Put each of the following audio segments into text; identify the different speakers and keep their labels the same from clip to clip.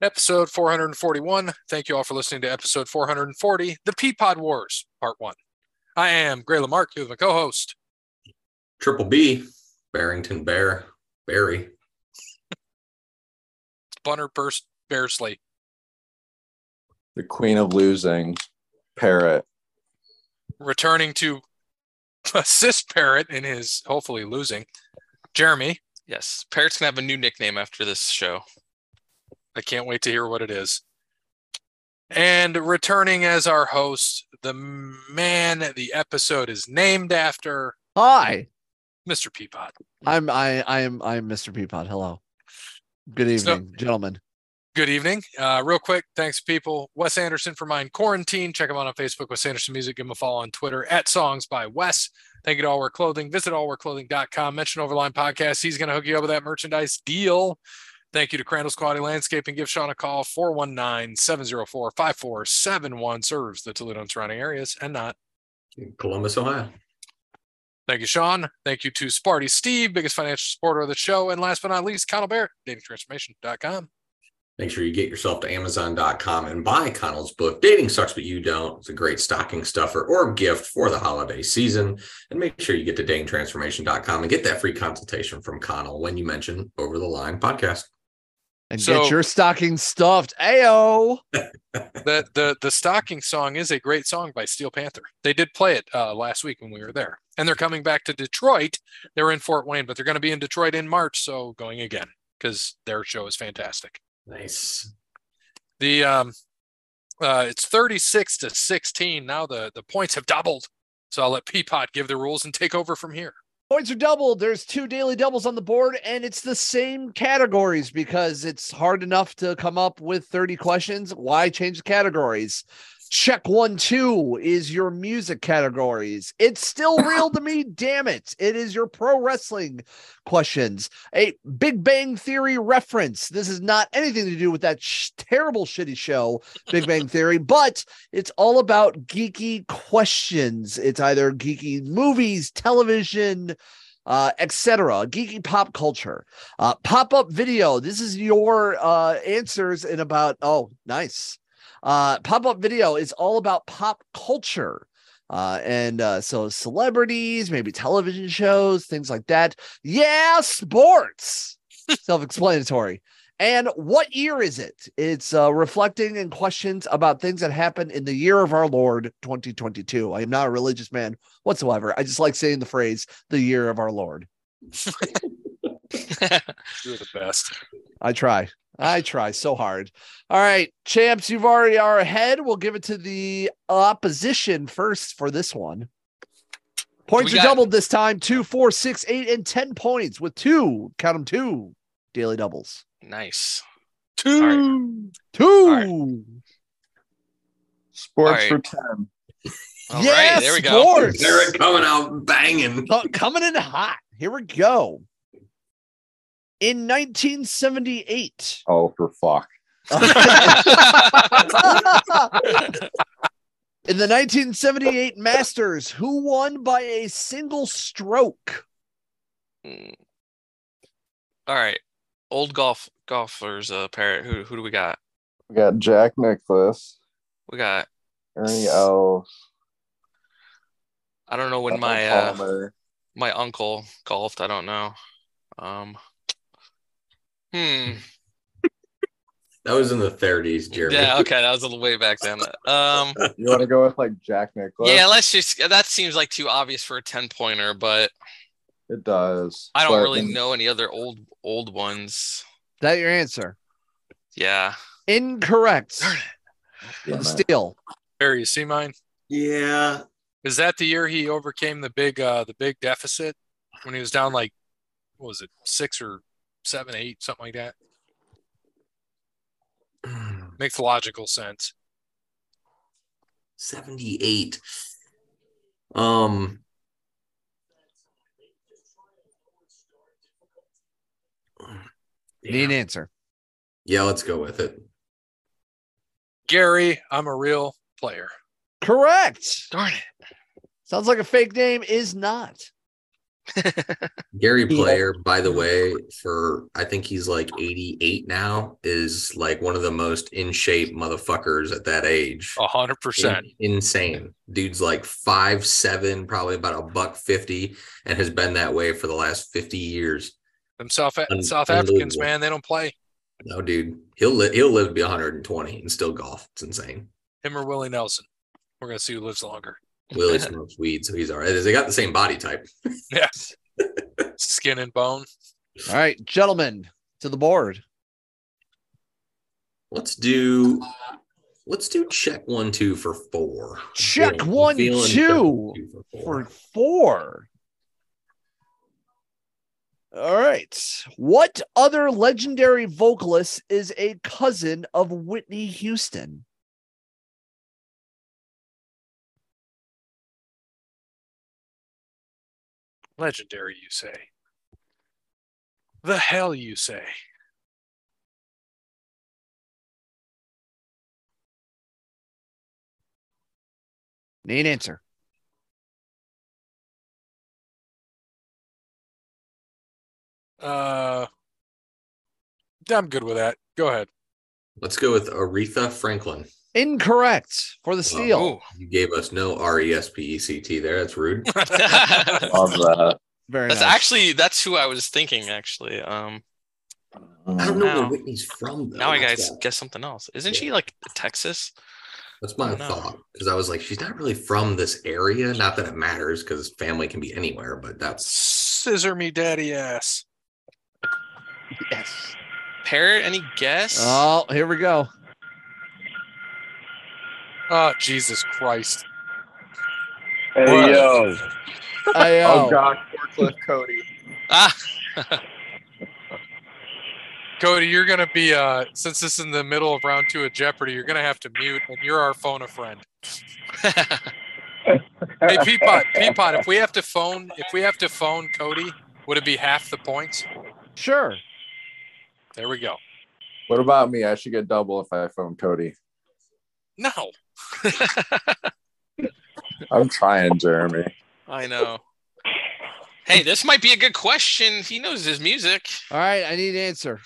Speaker 1: episode 441. Thank you all for listening to episode 440, The Peapod Wars, part one. I am Gray Lamarck here with my co host.
Speaker 2: Triple B, Barrington Bear, Barry.
Speaker 1: Bunner Burst Bearsley.
Speaker 3: The queen of losing, Parrot.
Speaker 1: Returning to assist Parrot in his hopefully losing. Jeremy,
Speaker 4: Yes, Parrot's gonna have a new nickname after this show.
Speaker 1: I can't wait to hear what it is. And returning as our host, the man the episode is named after,
Speaker 5: Hi,
Speaker 1: Mr. Peapod.
Speaker 5: I'm I I am I am Mr. Peapod. Hello. Good
Speaker 1: So-
Speaker 5: evening, gentlemen.
Speaker 1: Good evening. Uh, real quick, thanks, people. Wes Anderson for Mind Quarantine. Check him out on Facebook, Wes Anderson Music. Give him a follow on Twitter at Songs by Wes. Thank you to All Wear Clothing. Visit allwearclothing.com. Mention Overline Podcast. He's going to hook you up with that merchandise deal. Thank you to Crandall's Quality Landscaping. Give Sean a call, 419 704 5471. Serves the Toledo and surrounding areas and not.
Speaker 2: Columbus, Ohio.
Speaker 1: Thank you, Sean. Thank you to Sparty Steve, biggest financial supporter of the show. And last but not least, Connell Barrett, datingtransformation.com.
Speaker 2: Make sure you get yourself to Amazon.com and buy Connell's book, Dating Sucks But You Don't. It's a great stocking stuffer or gift for the holiday season. And make sure you get to DatingTransformation.com and get that free consultation from Connell when you mention Over the Line podcast.
Speaker 5: And
Speaker 1: So-
Speaker 5: get your stocking stuffed. Ayo.
Speaker 1: the the the stocking song is a great song by Steel Panther. They did play it uh, last week when we were there, and they're coming back to Detroit. They were in Fort Wayne, but they're going to be in Detroit in March, so going again because their show is fantastic.
Speaker 2: Nice.
Speaker 1: The um, uh, it's thirty six to sixteen now. The the points have doubled, so I'll let Peapod give the rules and take over from here.
Speaker 5: Points are doubled. There's two daily doubles on the board, and it's the same categories because it's hard enough to come up with 30 questions. Why change the categories? Check one, two is your music categories. It's still real to me, damn it. It is your pro wrestling questions. A Big Bang Theory reference. This is not anything to do with that sh- terrible, shitty show, Big Bang Theory, but it's all about geeky questions. It's either geeky movies, television, uh, etc. Geeky pop culture, uh, pop up video. This is your uh, answers in about. Oh, nice. Uh, pop up video is all about pop culture. Uh, and uh, so celebrities, maybe television shows, things like that. Yeah, sports. Self explanatory. And what year is it? It's uh, reflecting and questions about things that happened in the year of our Lord 2022. I am not a religious man whatsoever. I just like saying the phrase the year of our Lord.
Speaker 1: You're the best.
Speaker 5: I try. I try so hard. All right, champs, you've already are ahead. We'll give it to the opposition first for this one. Points
Speaker 4: We
Speaker 5: are
Speaker 4: got-
Speaker 5: doubled this time two, four, six, eight, and 10 points with two, count them two daily doubles.
Speaker 4: nice.
Speaker 1: Two.
Speaker 5: Two.
Speaker 3: Sports
Speaker 4: All
Speaker 3: for 10.
Speaker 4: All right,
Speaker 5: Yes,
Speaker 4: there we go.
Speaker 5: Sports.
Speaker 2: They're coming out banging.
Speaker 5: Co- coming in hot. Here we go. In 1978,
Speaker 3: Oh, for fuck.
Speaker 5: in the 1978 Masters, who won by a single stroke?
Speaker 4: Mm. All right, old golf golfers. Uh, parrot. Who who do we got?
Speaker 3: We got Jack Nicklaus,
Speaker 4: We got.
Speaker 3: Ernie Els,
Speaker 4: I don't know when
Speaker 3: Bubba
Speaker 4: my uh,
Speaker 3: Palmer.
Speaker 4: my uncle golfed. I don't know. Um. Hmm.
Speaker 2: That was in the 30s, Jeremy.
Speaker 4: Yeah. Okay. That was a little way back then. Um.
Speaker 3: You want to go with like Jack Nicklaus?
Speaker 4: Yeah. Let's just. That seems like too obvious for a ten pointer, but
Speaker 3: It does.
Speaker 4: I don't
Speaker 3: But
Speaker 4: really
Speaker 3: in-
Speaker 4: know any other old old ones.
Speaker 5: Is that your answer?
Speaker 4: Yeah.
Speaker 5: Incorrect.
Speaker 4: Darn it.
Speaker 3: Yeah, man.
Speaker 5: Steal.
Speaker 1: Barry, you see mine?
Speaker 2: Yeah.
Speaker 1: Is that the year he overcame the big uh the big deficit when he was down like what was it six or seven eight something like that? Makes logical sense.
Speaker 2: 78. Um
Speaker 5: Need
Speaker 2: yeah.
Speaker 5: an answer.
Speaker 2: yeah, let's go with it.
Speaker 1: Gary, I'm a real player.
Speaker 5: Correct.
Speaker 4: Darn it.
Speaker 5: Sounds like a fake name. Is not.
Speaker 2: Gary
Speaker 6: Yeah.
Speaker 2: Player, by the way, for I think he's like 88 now, is like one of the most in shape motherfuckers at that age.
Speaker 1: hundred Oh, percent.
Speaker 2: In- insane. Dude's like five seven, probably about a buck fifty, and has been that way for the last 50 years.
Speaker 1: Them South
Speaker 2: Un-
Speaker 1: South Africans,
Speaker 2: unbelievable.
Speaker 1: man, they don't play.
Speaker 2: No, dude, he'll li- he'll live to be 120 and still golf. It's insane.
Speaker 1: Him or Willie Nelson. We're gonna see who lives longer.
Speaker 2: Willie smokes weed, so he's all right. They got the same body type.
Speaker 1: Yes. Skin and bone.
Speaker 5: All right, gentlemen, to the board.
Speaker 2: Let's do let's do check one two for four.
Speaker 5: Check
Speaker 2: Feeling-
Speaker 5: one,
Speaker 2: feeling check
Speaker 5: two
Speaker 2: two for
Speaker 5: for
Speaker 2: four.
Speaker 5: four. All right. What other legendary vocalist is a cousin of Whitney Houston?
Speaker 1: Legendary, you say. The hell you say.
Speaker 5: Need an answer.
Speaker 1: Uh I'm good with that. Go ahead.
Speaker 2: Let's go with Aretha Franklin.
Speaker 5: Incorrect for the
Speaker 2: Wow.
Speaker 5: steal.
Speaker 4: Oh.
Speaker 2: You gave us no R E S P E C T there. That's rude.
Speaker 4: that's
Speaker 3: Love that.
Speaker 5: Very nice.
Speaker 4: actually that's who I was thinking actually. Um
Speaker 2: I don't
Speaker 3: Mm,
Speaker 2: know
Speaker 4: Now-
Speaker 2: where Whitney's from. Though.
Speaker 4: now I
Speaker 2: Oh, That's
Speaker 4: guys
Speaker 2: that-
Speaker 4: guess something else. Isn't
Speaker 2: Yeah.
Speaker 4: she like Texas?
Speaker 2: That's my
Speaker 4: don't know.
Speaker 2: thought because I was like, she's not really from this area. Not that it matters because family can be anywhere, but that's
Speaker 1: Scissor me daddy ass.
Speaker 5: yes.
Speaker 4: Parrot, any guess?
Speaker 5: Oh, here we go.
Speaker 1: Oh Jesus Christ.
Speaker 3: Hey, yo.
Speaker 5: I,
Speaker 3: Oh,
Speaker 5: uh,
Speaker 3: God. Forklift Cody.
Speaker 4: ah,
Speaker 1: Cody, you're gonna be uh since this is in the middle of round two of Jeopardy, you're gonna have to mute and you're our phone a friend. Hey Peapod, Peapod, if we have to phone if we have to phone Cody, would it be half the points?
Speaker 5: Sure.
Speaker 1: There we go.
Speaker 3: What about me? I should get double if I phone Cody.
Speaker 1: No.
Speaker 3: I'm trying, Jeremy.
Speaker 4: I know. Hey, this might be a good question. He knows his music.
Speaker 5: All right. I need an answer.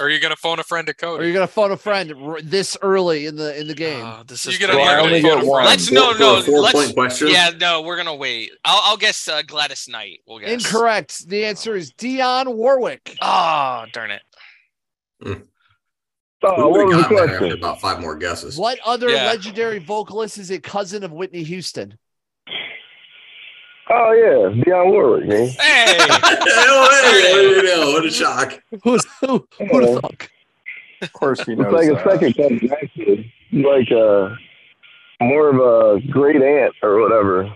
Speaker 1: Are, are you gonna phone a friend to
Speaker 5: Or
Speaker 4: Oh,
Speaker 1: Cody?
Speaker 5: you're gonna phone a friend r- this early in the in the game.
Speaker 4: Ah, this
Speaker 1: You
Speaker 4: is
Speaker 1: get
Speaker 4: gonna
Speaker 1: a-
Speaker 4: be
Speaker 1: Well, I
Speaker 4: a good
Speaker 1: only get
Speaker 4: photo for
Speaker 3: one.
Speaker 4: us. Let's no
Speaker 2: For a
Speaker 4: no
Speaker 2: four
Speaker 4: let's
Speaker 2: point question.
Speaker 4: yeah no we're gonna wait. I'll I'll guess uh, Gladys Knight. We'll guess.
Speaker 5: Incorrect. The answer is Dion Warwick.
Speaker 4: Oh darn it!
Speaker 6: Oh,
Speaker 2: We
Speaker 6: what
Speaker 2: would've
Speaker 6: was the
Speaker 2: gotten that after
Speaker 6: question?
Speaker 2: about five more guesses.
Speaker 5: What other
Speaker 4: Oh. Yeah.
Speaker 5: legendary vocalist is a cousin of Whitney Houston?
Speaker 6: Oh, yeah. Dionne Warwick, man.
Speaker 4: Hey,
Speaker 2: Oh, hey, what a shock!
Speaker 5: Who's who? Who the fuck?
Speaker 3: Of course, he
Speaker 6: It's
Speaker 3: knows.
Speaker 6: like
Speaker 3: that.
Speaker 5: uh,
Speaker 6: a second cousin, actually. Like uh, more of a great aunt or whatever.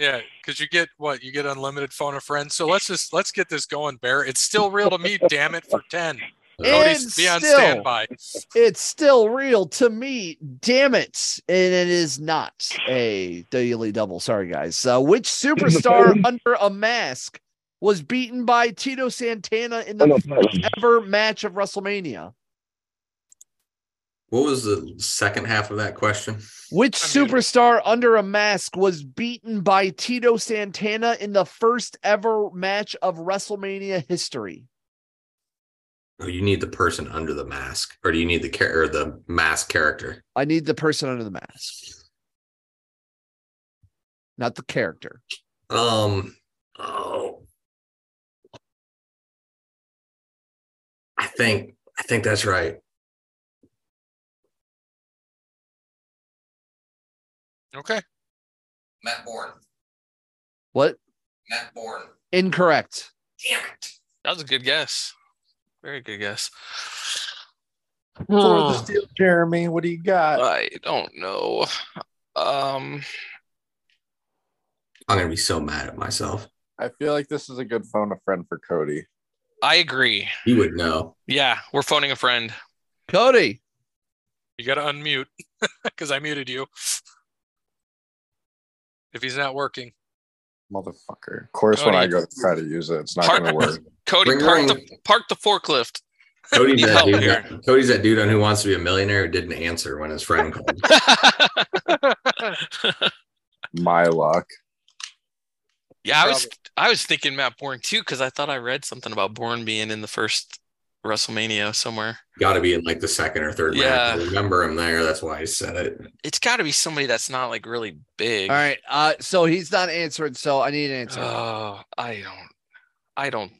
Speaker 1: Yeah, because you get what you get unlimited phone a friend. So let's just let's get this going, Bear. It's still real to me. damn it, for ten.
Speaker 5: And
Speaker 1: Cody's be on
Speaker 5: still,
Speaker 1: standby.
Speaker 5: it's still real to me. Damn it! And it is not a daily double. Sorry, guys. Uh, which superstar under a mask was beaten by Tito Santana in
Speaker 6: Oh,
Speaker 5: the ever match of WrestleMania?
Speaker 2: What was the second half of that question?
Speaker 5: Which
Speaker 1: I'm muted.
Speaker 5: superstar under a mask was beaten by Tito Santana in the first ever match of WrestleMania history?
Speaker 2: Oh, you need the person under the mask, or do you need the char- or the mask character?
Speaker 5: I need the person under the mask, not the character.
Speaker 2: Um. Oh. I think I think that's right.
Speaker 1: Okay.
Speaker 2: Matt Bourne.
Speaker 5: What?
Speaker 2: Matt Bourne.
Speaker 5: Incorrect.
Speaker 2: Damn it!
Speaker 4: that was a good guess. Very good guess.
Speaker 3: For the steal, Jeremy, what do you got?
Speaker 4: I don't know. Um,
Speaker 2: I'm gonna be so mad at myself.
Speaker 3: I feel like this is a good phone a friend for Cody.
Speaker 4: I agree.
Speaker 2: You would know.
Speaker 4: Yeah, we're phoning a friend.
Speaker 5: Cody.
Speaker 1: You gotta unmute because I muted you. If he's not working.
Speaker 3: Motherfucker. Of course, when
Speaker 4: Cody.
Speaker 3: I go to try to use it, it's not
Speaker 4: Park-
Speaker 3: going to work.
Speaker 4: Cody,
Speaker 2: Ring,
Speaker 4: park
Speaker 2: ring.
Speaker 4: the park the forklift.
Speaker 2: Cody's
Speaker 4: Need
Speaker 2: that,
Speaker 4: help
Speaker 2: dude
Speaker 4: here.
Speaker 2: that- Cody's that dude on Who Wants to Be a Millionaire who didn't answer when his friend called.
Speaker 3: My luck.
Speaker 4: Yeah, I was I was thinking Matt Bourne too because I thought I read something about Bourne being in the first WrestleMania somewhere.
Speaker 2: Got to be in like the second or third
Speaker 4: Yeah.
Speaker 2: round. I remember him there. That's why I said it.
Speaker 4: It's got to be somebody that's not like really big.
Speaker 5: All right. Uh, so he's not answered. So I need an answer.
Speaker 4: Oh, I don't. I don't.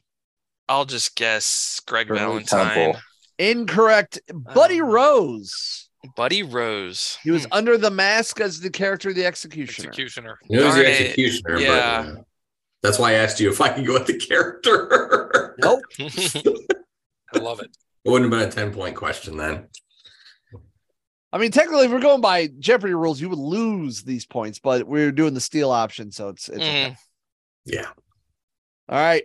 Speaker 4: I'll just guess Greg
Speaker 3: Shirley
Speaker 4: Valentine,
Speaker 3: Temple.
Speaker 5: Incorrect. Buddy
Speaker 4: know.
Speaker 5: Rose.
Speaker 4: Buddy Rose.
Speaker 5: He was
Speaker 4: Um, Hmm,
Speaker 5: under the mask as the character of the executioner.
Speaker 1: Executioner.
Speaker 2: It was
Speaker 4: Darn
Speaker 2: the
Speaker 4: it.
Speaker 2: executioner. but,
Speaker 4: Yeah.
Speaker 2: uh, that's why I asked you if I could go with the character.
Speaker 5: Nope.
Speaker 1: I love it.
Speaker 2: It wouldn't have been a 10 point question then.
Speaker 5: I mean, technically, if we're going by Jeopardy rules, you would lose these points, but we're doing the steal option, so it's, it's okay.
Speaker 4: Mm.
Speaker 2: Yeah.
Speaker 5: all right.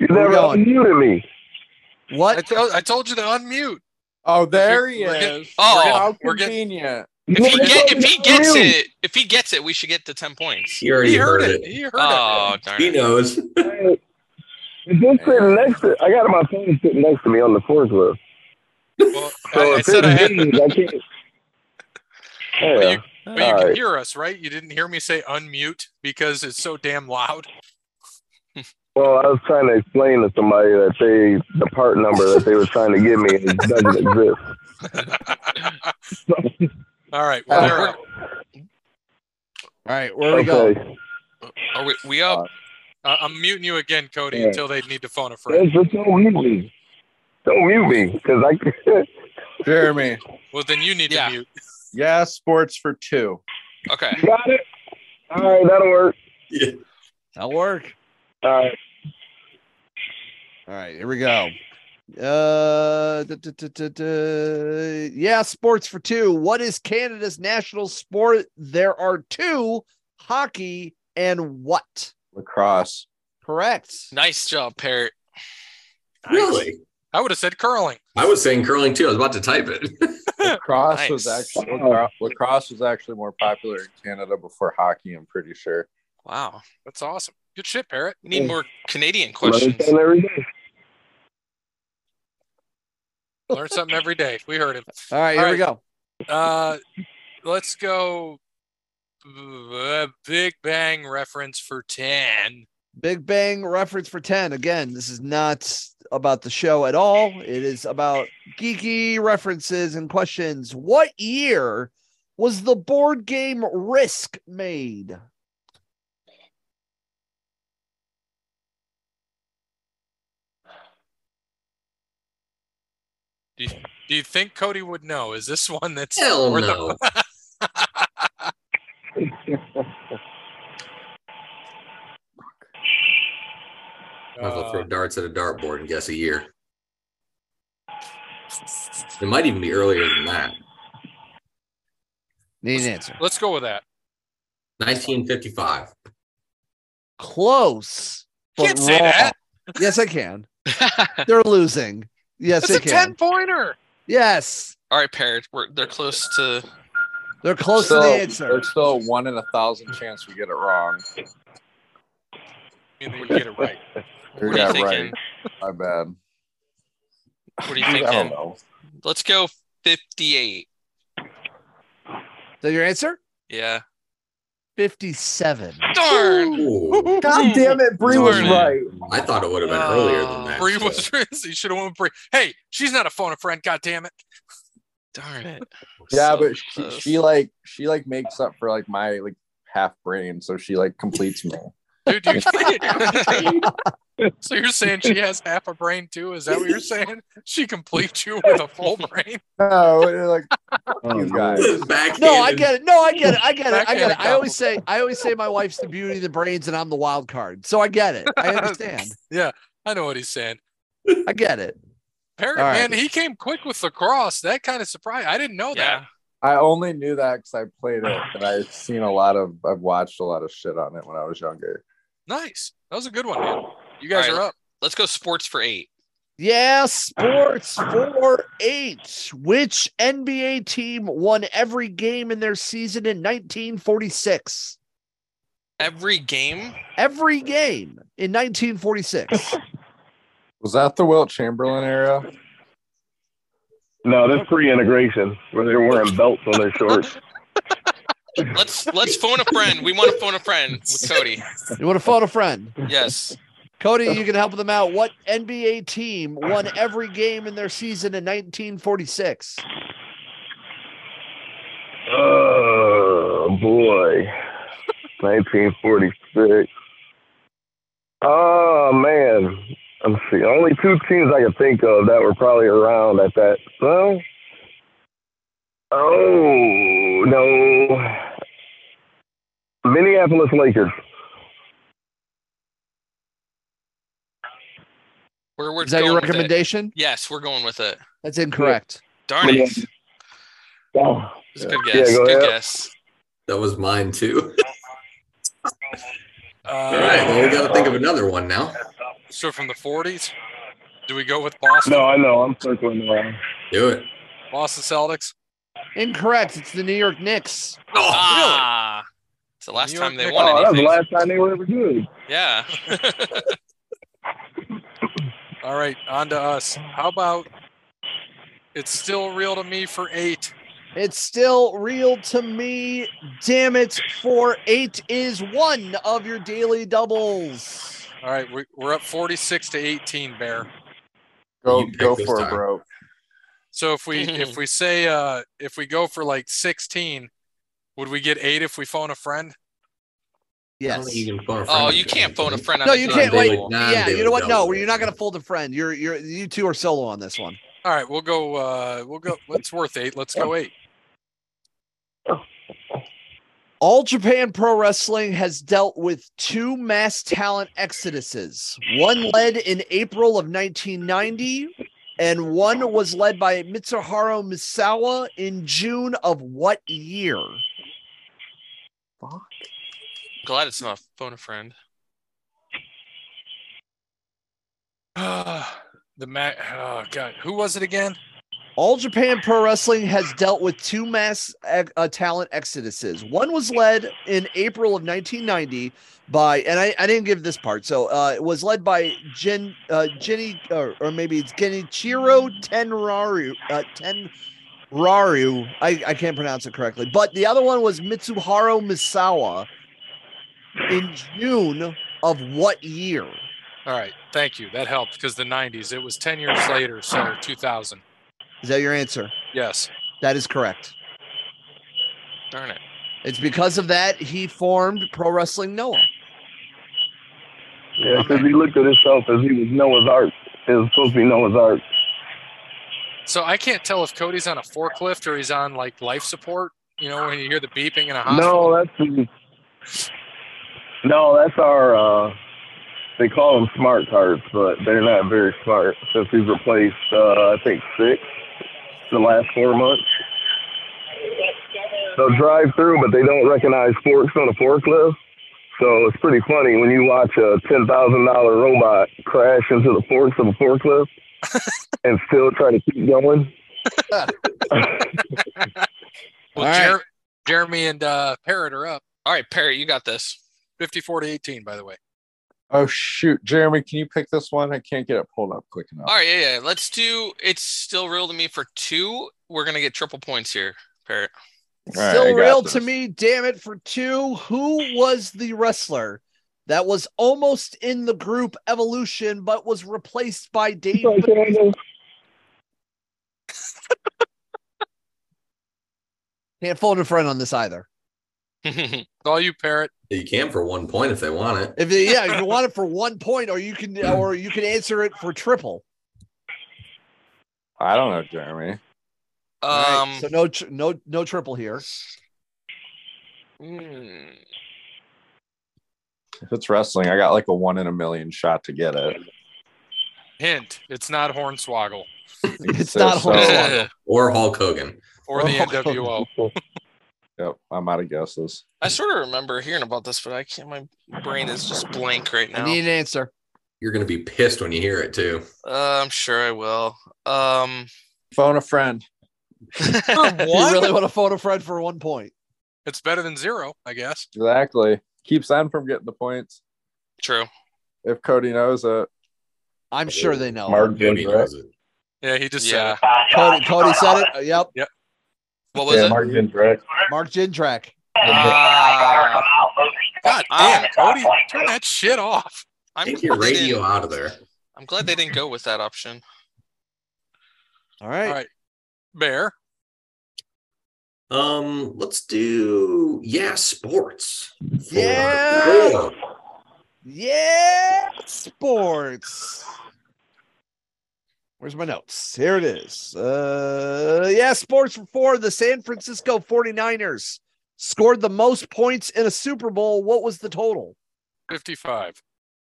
Speaker 6: You
Speaker 5: Where we
Speaker 6: never
Speaker 5: going?
Speaker 6: unmuted me.
Speaker 1: I,
Speaker 5: What?
Speaker 1: told Oh, I told you to unmute.
Speaker 3: Oh, there he
Speaker 1: We're
Speaker 3: is.
Speaker 1: getting-
Speaker 4: Oh,
Speaker 3: How
Speaker 1: we're getting-
Speaker 3: convenient.
Speaker 4: if he, get, if he gets
Speaker 6: You.
Speaker 4: it, if he gets it, we should get the ten points.
Speaker 2: He already
Speaker 1: He
Speaker 2: heard,
Speaker 1: heard it.
Speaker 2: it.
Speaker 1: He heard it.
Speaker 4: Oh darn!
Speaker 2: He
Speaker 4: it.
Speaker 2: knows.
Speaker 6: It's just sitting next to. I got my phone sitting next to me on the forklift.
Speaker 1: Well,
Speaker 6: So
Speaker 1: I, I
Speaker 6: if
Speaker 1: said I
Speaker 6: it
Speaker 1: had.
Speaker 6: rings, I can't.
Speaker 1: But
Speaker 6: Yeah.
Speaker 1: you, but you
Speaker 6: All
Speaker 1: can
Speaker 6: right.
Speaker 1: hear us, right? You didn't hear me say unmute because it's so damn loud.
Speaker 6: Well, I was trying to explain to somebody that they the part number that they were trying to give me it doesn't exist.
Speaker 1: All right.
Speaker 6: Oh.
Speaker 1: Well, they're up.
Speaker 5: All right, where we go?
Speaker 4: Are we, we up?
Speaker 1: Uh, I'm muting you again, Cody,
Speaker 6: Yeah.
Speaker 1: until they need to phone a friend.
Speaker 6: That's just don't mute me. Don't mute me, because I
Speaker 3: Jeremy.
Speaker 1: Well, then you need
Speaker 4: Yeah.
Speaker 1: to mute.
Speaker 3: Yeah, sports for two.
Speaker 4: Okay.
Speaker 6: You got it. All right, that'll work.
Speaker 5: That'll work.
Speaker 6: All right.
Speaker 5: All right, here we go. Uh, duh, duh, duh, duh, duh. yeah, sports for two. What is Canada's national sport? There are two hockey and what?
Speaker 3: Lacrosse.
Speaker 5: Correct.
Speaker 4: Nice job, Parrot.
Speaker 2: Really?
Speaker 1: I would have said curling.
Speaker 2: I was saying curling too. I was about to type it.
Speaker 3: Lacrosse
Speaker 4: Nice.
Speaker 3: was actually
Speaker 6: Wow.
Speaker 3: lacrosse was actually more popular in Canada before hockey. I'm pretty sure.
Speaker 4: Wow.
Speaker 1: That's awesome. Good shit, Parrot.
Speaker 4: We need more Canadian
Speaker 6: Learn
Speaker 4: questions.
Speaker 6: something every day.
Speaker 1: Learn something every day. We heard him.
Speaker 5: All right, here we go.
Speaker 1: Uh, let's go. uh, Big Bang reference for ten.
Speaker 5: Big Bang reference for 10. Again, this is not about the show at all. It is about geeky references and questions. What year was the board game Risk made?
Speaker 1: Do you think Cody would know? Is this one that's
Speaker 2: Hell
Speaker 1: worth a-
Speaker 2: no. I'll throw
Speaker 1: Uh,
Speaker 2: darts at a dartboard and guess a year. It might even be earlier than that.
Speaker 5: Need an answer.
Speaker 1: let's go with that.
Speaker 2: 1955.
Speaker 5: Close. but
Speaker 1: Can't say
Speaker 5: wrong.
Speaker 1: that.
Speaker 5: Yes, I can. They're losing.
Speaker 1: That's
Speaker 5: Yes, they
Speaker 1: a
Speaker 5: can.
Speaker 1: ten pointer.
Speaker 5: Yes.
Speaker 4: All right, Parrot. We're, they're close to.
Speaker 5: They're close
Speaker 3: Still-
Speaker 5: to the answer.
Speaker 3: There's still a one in a thousand chance we get it wrong.
Speaker 1: You didn't get it right.
Speaker 4: What are
Speaker 3: Yeah,
Speaker 4: you thinking?
Speaker 3: My bad.
Speaker 4: What are you
Speaker 3: Dude, I don't
Speaker 4: thinking?
Speaker 3: know.
Speaker 4: Let's go 58.
Speaker 5: Is that your answer?
Speaker 4: Yeah.
Speaker 5: 57.
Speaker 4: Darn.
Speaker 2: Ooh.
Speaker 4: God damn
Speaker 3: it,
Speaker 4: Bree was Darn it.
Speaker 2: right. I thought it would have been earlier than that.
Speaker 1: Bree was you should have won with Bree. Hey, she's not a phone a friend. God damn it.
Speaker 4: Darn it.
Speaker 3: Yeah,
Speaker 4: So
Speaker 3: but she,
Speaker 4: close.
Speaker 3: she like she like makes up for like my like half brain, so she like completes me.
Speaker 1: Dude, you So you're saying she has half a brain too? Is that what you're saying? She completes you with a full brain.
Speaker 3: No, it, Oh, like fuck you guys.
Speaker 2: Back
Speaker 5: No, I get it. No, I get it. I get it. I get it. I
Speaker 1: Backhanded
Speaker 5: always say, I always say, my wife's the beauty of the brains, and I'm the wild card. So I get it. I understand.
Speaker 1: I know what he's saying.
Speaker 5: I get it.
Speaker 1: Parrot,
Speaker 5: All right.
Speaker 1: man, he came quick with lacrosse. That kind of surprised. I didn't know
Speaker 4: Yeah.
Speaker 3: I only knew that because I played it and I've seen a lot of I've watched a lot of shit on it when I was younger.
Speaker 1: that. Nice. That was a good one, man. You guys
Speaker 4: All right.
Speaker 1: are up.
Speaker 4: Let's go sports for eight.
Speaker 5: Yeah, sports four eight. Which NBA team won every game in their season in 1946?
Speaker 4: Every game.
Speaker 5: Every game in 1946.
Speaker 3: Was that the Wilt Chamberlain era?
Speaker 6: No, that's pre-integration where they were wearing belts on their shorts.
Speaker 4: Let's let's phone a friend. We want to phone a friend with Cody.
Speaker 5: You want to phone a friend?
Speaker 4: Yes.
Speaker 5: Cody, you can help them out. What NBA team won every game in their season in 1946?
Speaker 6: Oh boy. 1946. Oh man. I'm see. Only two teams I could think of that were probably around at that. Well. Oh no. Minneapolis Lakers.
Speaker 4: We're, we're
Speaker 5: Is that your
Speaker 4: going with it.
Speaker 5: recommendation?
Speaker 4: Yes, we're going with it.
Speaker 5: That's incorrect.
Speaker 4: Darn it.
Speaker 6: Yeah. Oh.
Speaker 4: It's a good
Speaker 6: Yeah,
Speaker 4: guess.
Speaker 6: go
Speaker 4: good
Speaker 6: ahead.
Speaker 4: guess.
Speaker 2: That was mine too. All right. Oh.
Speaker 1: Uh,
Speaker 2: Well, we got to think of another one now.
Speaker 1: So from the 40s, do we go with Boston?
Speaker 6: No, I know. I'm circling around.
Speaker 2: Do it.
Speaker 1: Boston Celtics.
Speaker 5: Incorrect. It's the New York Knicks.
Speaker 2: Oh,
Speaker 4: ah, It's the last
Speaker 1: New
Speaker 4: time
Speaker 1: York
Speaker 4: they
Speaker 1: Knicks.
Speaker 4: won
Speaker 6: Oh, that was the
Speaker 4: anything.
Speaker 6: last time they were ever good.
Speaker 4: Yeah.
Speaker 1: All right, on to us. How about it's still real to me for eight?
Speaker 5: It's still real to me. Damn it. For eight is one of your daily doubles.
Speaker 1: All right, we- we're up 46 to 18, Bear.
Speaker 3: Go
Speaker 2: You pick
Speaker 3: go
Speaker 2: this
Speaker 3: for it,
Speaker 2: time.
Speaker 3: bro.
Speaker 1: So if we if we say uh if we go for like 16, would we get eight if we phone a friend?
Speaker 2: I don't
Speaker 5: Yes.
Speaker 2: think You can phone a friend
Speaker 4: oh,
Speaker 2: on
Speaker 4: you can't phone a
Speaker 2: Tuesday.
Speaker 4: friend. on
Speaker 5: No,
Speaker 4: a
Speaker 5: you
Speaker 4: daily
Speaker 5: can't. Wait.
Speaker 4: double.
Speaker 2: Nah,
Speaker 5: yeah,
Speaker 2: daily
Speaker 5: you know what? No,
Speaker 2: double.
Speaker 5: you're not gonna fold a friend. You're you're you two are solo on this one.
Speaker 1: All right, we'll go uh we'll go it's worth eight. Let's go eight.
Speaker 5: All Japan Pro Wrestling has dealt with two mass talent exoduses. One led in April of 1990, and one was led by Mitsuharu Misawa in June of what year?
Speaker 4: Glad it's not phone a friend.
Speaker 1: the ma oh god, who was it again?
Speaker 5: All Japan Pro Wrestling has dealt with two mass ex- uh, talent exoduses. One was led in April of 1990 by, and I, I didn't give this part, so uh, it was led by Jin, uh, Jenny, or, or maybe it's Genichiro Tenraru. Uh, Tenraru. I, I can't pronounce it correctly, but the other one was Mitsuharu Misawa in June of what year?
Speaker 1: All right, thank you. That helped because the 90s it was 10 years later, so 2000.
Speaker 5: Is that your answer?
Speaker 1: Yes.
Speaker 5: That is correct.
Speaker 4: Darn it.
Speaker 5: It's because of that he formed Pro Wrestling Noah.
Speaker 6: Yeah, because he looked at himself as he was Noah's Ark. It was supposed to be Noah's Ark.
Speaker 1: So I can't tell if Cody's on a forklift or he's on like life support. You know, when you hear the beeping in a hospital.
Speaker 6: No, that's the, no, that's our. Uh, they call them smart cards, but they're not very smart since he's replaced. Uh, I think six the last four months. They'll drive through, but they don't recognize forks on a forklift. So it's pretty funny when you watch a ten thousand dollar robot crash into the forks of a forklift and still try to keep going.
Speaker 1: Well,
Speaker 5: All right.
Speaker 1: Jer- Jeremy and uh, Parrot are up
Speaker 4: All right, Perry, you got this.
Speaker 1: 54 to 18, by the way.
Speaker 3: Oh shoot, Jeremy, can you pick this one? I can't get it pulled up quick enough.
Speaker 4: All right, yeah, yeah. Let's do. It's still real to me for two. We're gonna get triple points here, Parrot.
Speaker 3: All right, I
Speaker 5: Still
Speaker 3: got
Speaker 5: real to
Speaker 3: this.
Speaker 5: me, damn it, for two. Who was the wrestler that was almost in the group Evolution but was replaced by Dave?
Speaker 6: Candles.
Speaker 5: Can't fold a friend on this either.
Speaker 1: It's all you, Parrot.
Speaker 2: You can for one point if they want it.
Speaker 5: If uh, yeah, you want it for one point, or you can or you can answer it for triple.
Speaker 3: I don't know, Jeremy.
Speaker 5: All
Speaker 4: um,
Speaker 5: right, so no tr- no no triple here.
Speaker 4: hmm.
Speaker 3: If it's wrestling, I got like a one in a million shot to get it.
Speaker 1: Hint, it's not Hornswoggle
Speaker 5: It's not
Speaker 3: So-
Speaker 5: Hornswoggle.
Speaker 6: Oh,
Speaker 2: Or Hulk Hogan.
Speaker 1: or the
Speaker 5: Oh.
Speaker 1: NWO.
Speaker 3: Yep, I'm out of guesses.
Speaker 4: I sort of remember hearing about this, but I can't. My brain is just blank right
Speaker 5: I
Speaker 4: now.
Speaker 5: need an answer.
Speaker 2: You're going to be pissed when you hear it too.
Speaker 4: Uh, I'm sure I will. Um,
Speaker 3: Phone a friend.
Speaker 5: You really want to phone a friend for one point?
Speaker 1: It's better than zero, I guess.
Speaker 3: Exactly. Keeps them from getting the points.
Speaker 4: True.
Speaker 3: If Cody knows it,
Speaker 5: I'm sure they know.
Speaker 3: Mark
Speaker 2: Nobody
Speaker 3: Goodrich.
Speaker 2: knows it.
Speaker 1: Yeah, he just
Speaker 4: Yeah.
Speaker 1: said
Speaker 5: Cody, Cody said it. Uh, Yep.
Speaker 4: What was
Speaker 3: yeah,
Speaker 4: it?
Speaker 3: Mark Jindrak.
Speaker 5: Mark Jindrak.
Speaker 4: Ah.
Speaker 1: God damn, Cody, turn that shit off.
Speaker 4: I'm
Speaker 2: Take
Speaker 4: glad,
Speaker 2: your
Speaker 4: they
Speaker 2: radio
Speaker 4: didn't-
Speaker 2: out of there.
Speaker 4: I'm glad they didn't go with that option.
Speaker 5: All right.
Speaker 1: All right. Bear.
Speaker 2: Um, let's do yeah, sports. for
Speaker 5: Yeah.
Speaker 2: four.
Speaker 5: Yeah, sports. Where's my notes? Here it is. Uh, yeah, sports for four. The San Francisco 49ers scored the most points in a Super Bowl. What was the total?
Speaker 1: 55.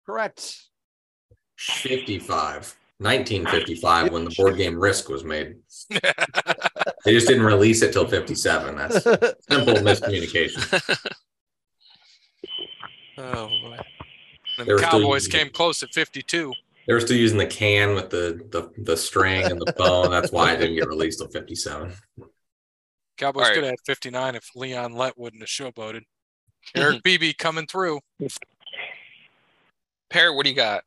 Speaker 5: Correct.
Speaker 2: 55. 1955 when the board game Risk was made. They just didn't release it till 57. That's simple miscommunication.
Speaker 4: Oh boy.
Speaker 1: And
Speaker 2: They
Speaker 1: the
Speaker 2: were still
Speaker 1: Cowboys
Speaker 2: using it.
Speaker 1: came close at 52.
Speaker 2: They were still using the can with the the, the string and the bone. That's why it didn't get released till 57.
Speaker 1: Cowboys
Speaker 4: All right.
Speaker 1: could have had 59 if Leon Lett wouldn't have showboated.
Speaker 4: Mm-hmm.
Speaker 1: Eric Beebe coming through.
Speaker 4: Parrot, what do you got?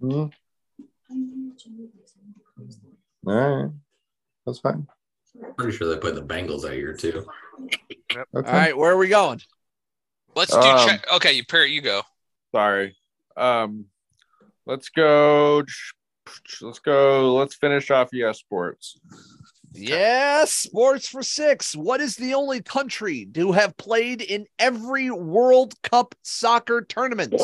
Speaker 3: Hmm. All right. That's fine.
Speaker 2: Pretty sure they played the Bengals that year too.
Speaker 3: Okay.
Speaker 5: All right, where are we going?
Speaker 4: Let's do
Speaker 3: Um,
Speaker 4: check. Okay, you Parrot, you go.
Speaker 3: Sorry. Um, let's go. Let's go. Let's finish off US sports.
Speaker 5: Yeah, sports for six. What is the only country to have played in every World Cup soccer tournament?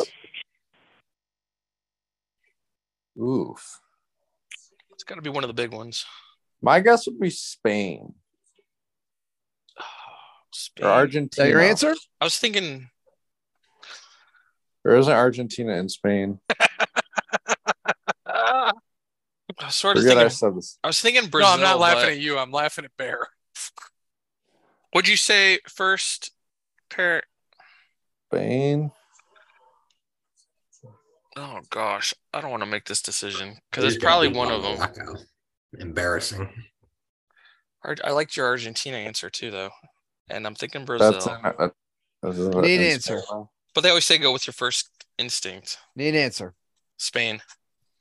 Speaker 3: Oof.
Speaker 4: It's got to be one of the big ones.
Speaker 3: My guess would be Spain
Speaker 4: Spain.
Speaker 3: or Argentina.
Speaker 5: your answer?
Speaker 4: I was thinking.
Speaker 3: Or isn't Argentina in Spain?
Speaker 4: I was sort of
Speaker 3: Forget
Speaker 4: thinking.
Speaker 3: I
Speaker 4: I,
Speaker 3: said this.
Speaker 4: was thinking
Speaker 1: Ah. No,
Speaker 4: Brazil.
Speaker 1: I'm not laughing
Speaker 4: but-
Speaker 1: at you. I'm laughing at Bear.
Speaker 4: Would you say first? Parrot.
Speaker 3: Spain.
Speaker 4: Oh gosh, I don't want to make this decision because
Speaker 2: They
Speaker 4: it's
Speaker 2: just got
Speaker 4: probably
Speaker 2: beat
Speaker 4: one
Speaker 2: by
Speaker 4: of them.
Speaker 2: Morocco. Embarrassing.
Speaker 4: Ar- I liked your Argentina answer too, though, and I'm thinking Brazil.
Speaker 3: That's not, that, that isn't
Speaker 5: Need
Speaker 3: in
Speaker 5: answer.
Speaker 3: Spain.
Speaker 4: But they always say go with your first instinct.
Speaker 5: Need an answer.
Speaker 4: Spain.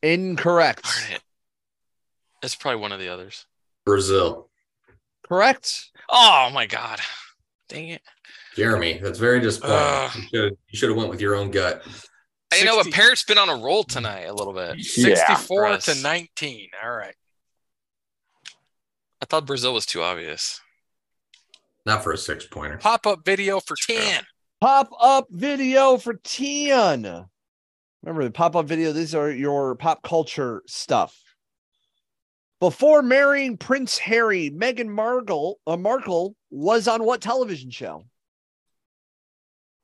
Speaker 5: Incorrect.
Speaker 4: Darn it. It's probably one of the others.
Speaker 2: Brazil.
Speaker 5: Correct.
Speaker 4: Oh my god. Dang it.
Speaker 2: Jeremy, that's very disappointing.
Speaker 4: Ugh.
Speaker 2: you should you should have went with your own gut.
Speaker 4: I know, but
Speaker 1: 60
Speaker 4: Parrot's been on a roll tonight a little bit.
Speaker 1: 64
Speaker 4: Yeah.
Speaker 1: to 19. All right.
Speaker 4: I thought Brazil was too obvious.
Speaker 2: Not for a six pointer.
Speaker 1: Pop up video for
Speaker 4: Sure.
Speaker 1: 10.
Speaker 5: Pop up video for Tian. Remember the pop up video, these are your pop culture stuff. Before marrying Prince Harry, Meghan Markle, uh, Markle was on what television show?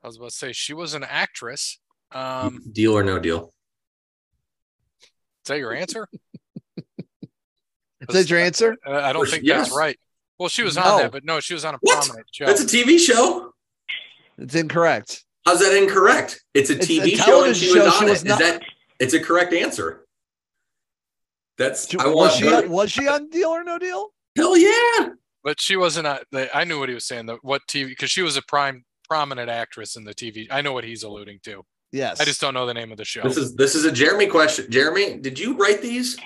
Speaker 1: I was about to say she was an actress.
Speaker 4: Mm-hmm.
Speaker 1: Um, is
Speaker 2: deal or no deal.
Speaker 1: that your answer?
Speaker 5: Is that your answer?
Speaker 1: Uh, I don't
Speaker 2: First-
Speaker 1: think
Speaker 2: yes.
Speaker 1: that's right. Well, she was on
Speaker 5: No.
Speaker 1: that, but no, she was on a
Speaker 2: What?
Speaker 1: prominent show.
Speaker 2: That's a TV show.
Speaker 5: It's incorrect.
Speaker 2: How's that incorrect? It's a
Speaker 5: It's a
Speaker 2: TV show and
Speaker 5: television
Speaker 2: she
Speaker 5: show,
Speaker 2: was
Speaker 5: she
Speaker 2: on it.
Speaker 5: was
Speaker 2: Is
Speaker 5: not-
Speaker 2: that it's a correct answer? That's I want
Speaker 5: Was she,
Speaker 2: her-
Speaker 5: was she on Deal or No Deal?
Speaker 2: hell yeah.
Speaker 1: But she wasn't. A, the, I knew what he was saying. The, what TV? Because she was a prime prominent actress in the TV. I know what he's alluding to.
Speaker 5: Yes.
Speaker 1: I just don't know the name of the show.
Speaker 2: This is this is a Jeremy question. Jeremy, did you write these?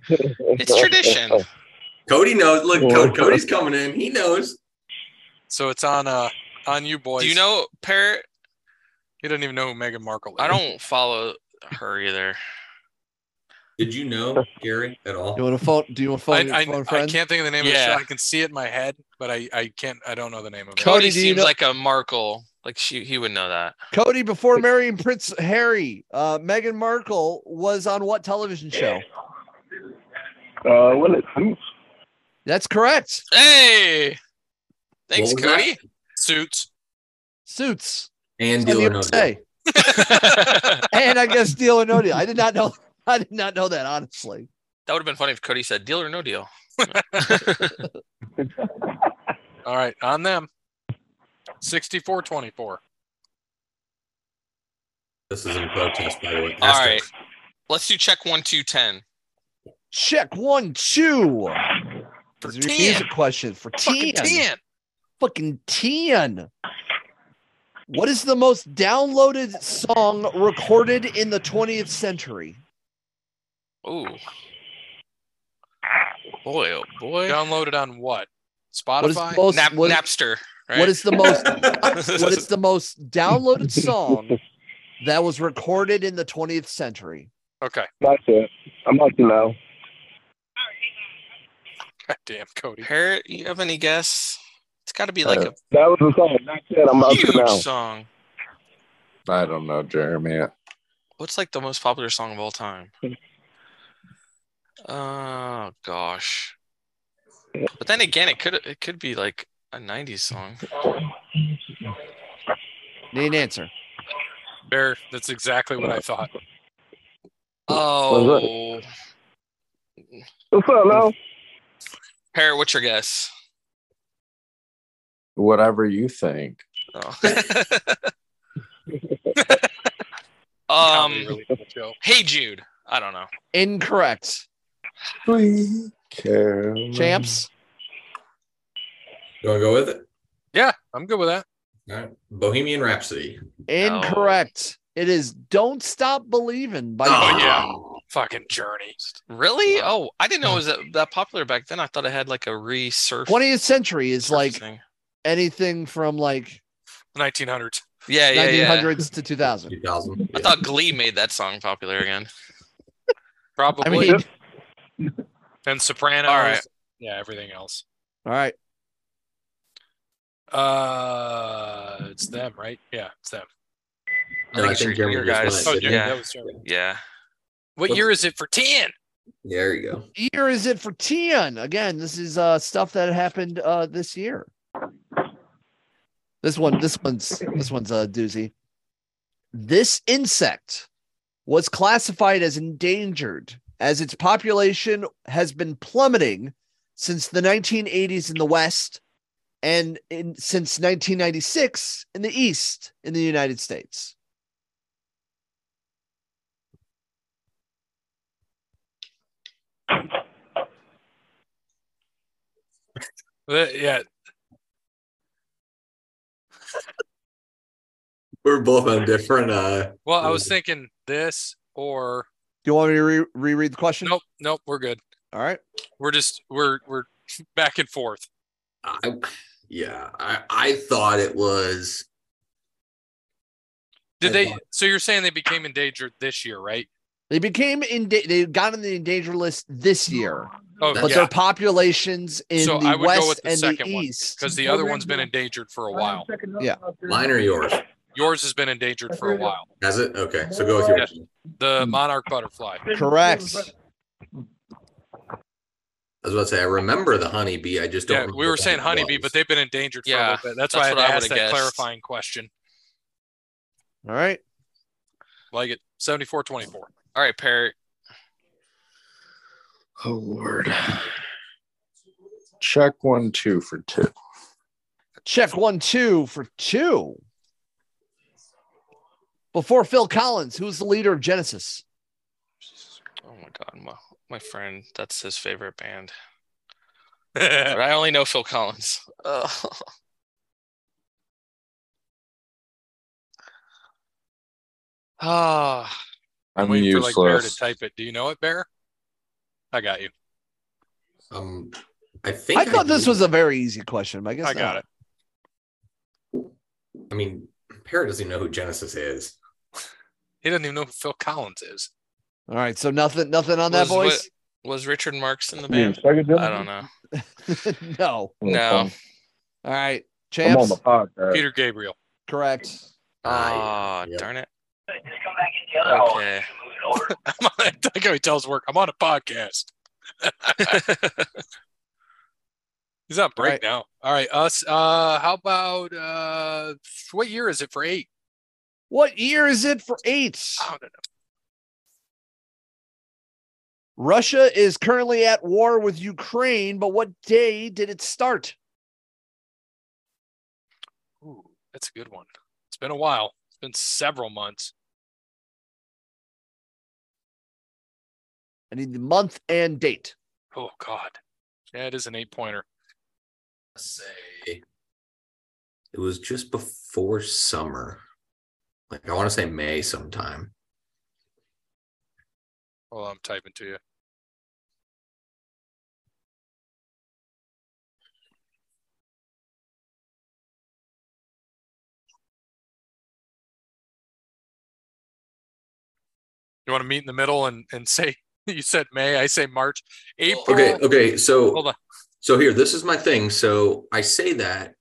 Speaker 4: it's
Speaker 7: Uh,
Speaker 4: tradition.
Speaker 2: Cody knows. Look,
Speaker 6: Yeah.
Speaker 2: Cody, Cody's coming in. He knows.
Speaker 1: so it's on uh on you boys.
Speaker 4: Do you know Parrot?
Speaker 1: He doesn't even know who Meghan Markle is.
Speaker 4: I don't follow her either.
Speaker 2: Did you know Gary at all?
Speaker 5: you want to phone? Do you want to phone,
Speaker 1: I,
Speaker 5: your
Speaker 1: I,
Speaker 5: phone
Speaker 1: I
Speaker 5: friend?
Speaker 1: can't think of the name of
Speaker 4: Yeah.
Speaker 1: the show. I can see it in my head, but I, I can't. I don't know the name of it.
Speaker 5: Co- Cody,
Speaker 4: Cody,
Speaker 5: do you
Speaker 4: seems
Speaker 5: know-
Speaker 4: like a Markle. Like she he would know that.
Speaker 5: Cody, before marrying Prince Harry, uh, Meghan Markle was on what television show?
Speaker 6: Uh, when it suits.
Speaker 5: That's correct.
Speaker 4: Hey. Thanks,
Speaker 2: What was that?
Speaker 4: Cody.
Speaker 1: Suits.
Speaker 5: Suits.
Speaker 2: And
Speaker 5: It's on
Speaker 2: deal or no
Speaker 5: USA.
Speaker 2: deal.
Speaker 4: that
Speaker 5: and I guess deal or no deal. I did not know. I did not know that honestly.
Speaker 4: would have been funny if Cody said deal or no deal.
Speaker 1: All right, on them. 64-24.
Speaker 2: This is in protest, by the way.
Speaker 4: All
Speaker 2: Ask
Speaker 4: right.
Speaker 2: her.
Speaker 4: Let's do check one, two, ten.
Speaker 5: Check one, two.
Speaker 1: For
Speaker 5: This is your
Speaker 1: 10.
Speaker 5: music question for
Speaker 1: Fucking
Speaker 5: Tian.
Speaker 1: 10.
Speaker 5: Fucking Tian. What is the most downloaded song recorded in the 20th century?
Speaker 4: Ooh. Boy, oh boy. oh
Speaker 1: Downloaded on what?
Speaker 5: What is the
Speaker 1: Spotify.
Speaker 5: most?
Speaker 4: Nap,
Speaker 5: what-
Speaker 4: Napster. Right?
Speaker 5: what is the most? what
Speaker 4: is
Speaker 5: is the most downloaded song that was recorded in the 20th century?
Speaker 1: okay.
Speaker 6: That's it. I'm about to know.
Speaker 1: God damn, Cody.
Speaker 4: Parrot? You have any guess? It's got to be like a
Speaker 6: That was the song. That's it. I'm about to
Speaker 4: huge
Speaker 6: know.
Speaker 4: song.
Speaker 3: I don't know, Jeremy.
Speaker 4: What's like the most popular song of all time? Oh gosh. But then again, it could it could be like a '90s song.
Speaker 5: Need an answer.
Speaker 1: Bear, that's exactly what I thought.
Speaker 4: Oh,
Speaker 6: What's up, now?
Speaker 4: Parrot, what's your guess?
Speaker 3: Whatever you think.
Speaker 4: Oh.
Speaker 1: Cody
Speaker 4: um,
Speaker 1: really did the show.
Speaker 4: hey Jude. I don't know.
Speaker 5: Incorrect.
Speaker 3: We care.
Speaker 5: Champs.
Speaker 2: You want to go with it?
Speaker 1: Yeah, I'm good with that.
Speaker 2: All right. Bohemian Rhapsody.
Speaker 5: Incorrect. It is "Don't Stop Believing" by.
Speaker 2: Oh,
Speaker 1: yeah. Fucking journey.
Speaker 4: Really? Oh, I didn't know it was that, that popular back then. I thought it had like a resurf.
Speaker 5: 20th century is like
Speaker 4: surfacing.
Speaker 5: anything from like
Speaker 1: 1900s.
Speaker 4: yeah, yeah, yeah.
Speaker 5: 1900s to 2000.
Speaker 2: 2000.
Speaker 4: I thought Glee made that song popular again.
Speaker 1: Probably.
Speaker 5: I mean, all
Speaker 1: and Sopranos.
Speaker 4: All right.
Speaker 1: Yeah, everything else.
Speaker 5: right.
Speaker 1: Uh, it's them, right? Yeah, it's them.
Speaker 2: No, I think Jeremy
Speaker 4: your
Speaker 2: just
Speaker 4: guys.
Speaker 2: went,
Speaker 1: Oh, Germany,
Speaker 2: didn't he?
Speaker 4: yeah,
Speaker 1: that was Germany.
Speaker 4: yeah.
Speaker 1: What year is it for 10?
Speaker 2: There you go.
Speaker 5: Year is it for Tian? Again, this is uh stuff that happened uh this year. This one, this one's this one's a doozy. This insect was classified as endangered as its population has been plummeting since the 1980s in the West and in, since 1996 in the East in the United States.
Speaker 1: Uh, Yeah,
Speaker 2: We're both on different. Uh,
Speaker 1: Well, I was thinking this or
Speaker 5: Do you want me to re- reread the question?
Speaker 1: nope, nope, we're good.
Speaker 5: All right.
Speaker 1: We're just we're we're back and forth.
Speaker 2: I, yeah, I, I thought it was.
Speaker 1: Did
Speaker 2: I
Speaker 1: they
Speaker 2: thought-
Speaker 1: so you're saying they became endangered this year, right?
Speaker 5: They became in they got on the endangered list this year,
Speaker 1: Oh
Speaker 5: but
Speaker 1: yeah,
Speaker 5: their populations in
Speaker 1: So I
Speaker 5: the
Speaker 1: would go with
Speaker 5: west
Speaker 1: the
Speaker 5: and the
Speaker 1: second one,
Speaker 5: east.
Speaker 1: because the other one's been endangered for a while.
Speaker 2: Mine or yours?
Speaker 1: Yours has been endangered for a while.
Speaker 2: Has it? Okay, so go with yours.
Speaker 1: The monarch butterfly.
Speaker 5: Correct.
Speaker 2: I was about to say, I remember the honeybee. I just don't.
Speaker 1: Yeah, we
Speaker 2: remember
Speaker 1: were
Speaker 2: what
Speaker 1: saying
Speaker 2: it
Speaker 1: honeybee,
Speaker 2: was.
Speaker 1: but they've been endangered for a
Speaker 4: Yeah,
Speaker 1: little bit. That's,
Speaker 4: that's
Speaker 1: why I had
Speaker 4: what I
Speaker 1: to ask
Speaker 4: would've
Speaker 1: that
Speaker 4: guessed.
Speaker 1: clarifying question.
Speaker 5: All right.
Speaker 1: Like it 74 24.
Speaker 4: All right, Parrot.
Speaker 3: Oh Lord. Check one two for two.
Speaker 5: Check one, two for two. Before Phil Collins, who's the leader of Genesis?
Speaker 4: Oh my God, my, my friend, that's his favorite band. But I only know Phil Collins. Uh, ah,
Speaker 3: I'm
Speaker 1: waiting
Speaker 3: useless.
Speaker 1: for like Bear to type it. Do you know it, Bear? I got you.
Speaker 2: Um, I think
Speaker 5: I thought this
Speaker 2: do.
Speaker 5: was a very easy question, but I guess
Speaker 1: I got
Speaker 5: not.
Speaker 1: it.
Speaker 2: I mean, Parrot doesn't even know who Genesis is.
Speaker 1: He doesn't even know who Phil Collins is.
Speaker 5: All right, so nothing, nothing on that
Speaker 4: Was what-
Speaker 5: voice.
Speaker 4: was Richard Marx in the band? I don't know.
Speaker 5: no.
Speaker 4: No.
Speaker 5: All
Speaker 8: I'm on
Speaker 5: right, champs.
Speaker 8: the podcast.
Speaker 1: Peter Gabriel.
Speaker 5: Correct.
Speaker 4: Ah,
Speaker 2: yeah.
Speaker 4: darn it.
Speaker 8: Oh.
Speaker 4: Okay.
Speaker 1: I'm on, I like how he tells work. I'm on a podcast. He's on break
Speaker 5: Right.
Speaker 1: now. All right, us. Uh, how about uh, what year is it for eight?
Speaker 5: What year is it for eight?
Speaker 1: I don't know.
Speaker 5: Russia is currently at war with Ukraine, but what day did it start?
Speaker 1: Ooh, that's a good one. It's been a while. It's been several months.
Speaker 5: I need the month and date.
Speaker 1: Oh God, yeah, it is an eight pointer.
Speaker 2: Let's say it was just before summer. Like I want to say May sometime.
Speaker 1: Well, I'm typing to you. You want to meet in the middle and and say you said May, I say March, April.
Speaker 2: Okay,
Speaker 5: Uh,
Speaker 2: okay. So
Speaker 1: Hold on.
Speaker 2: So here, this is my thing. So I say that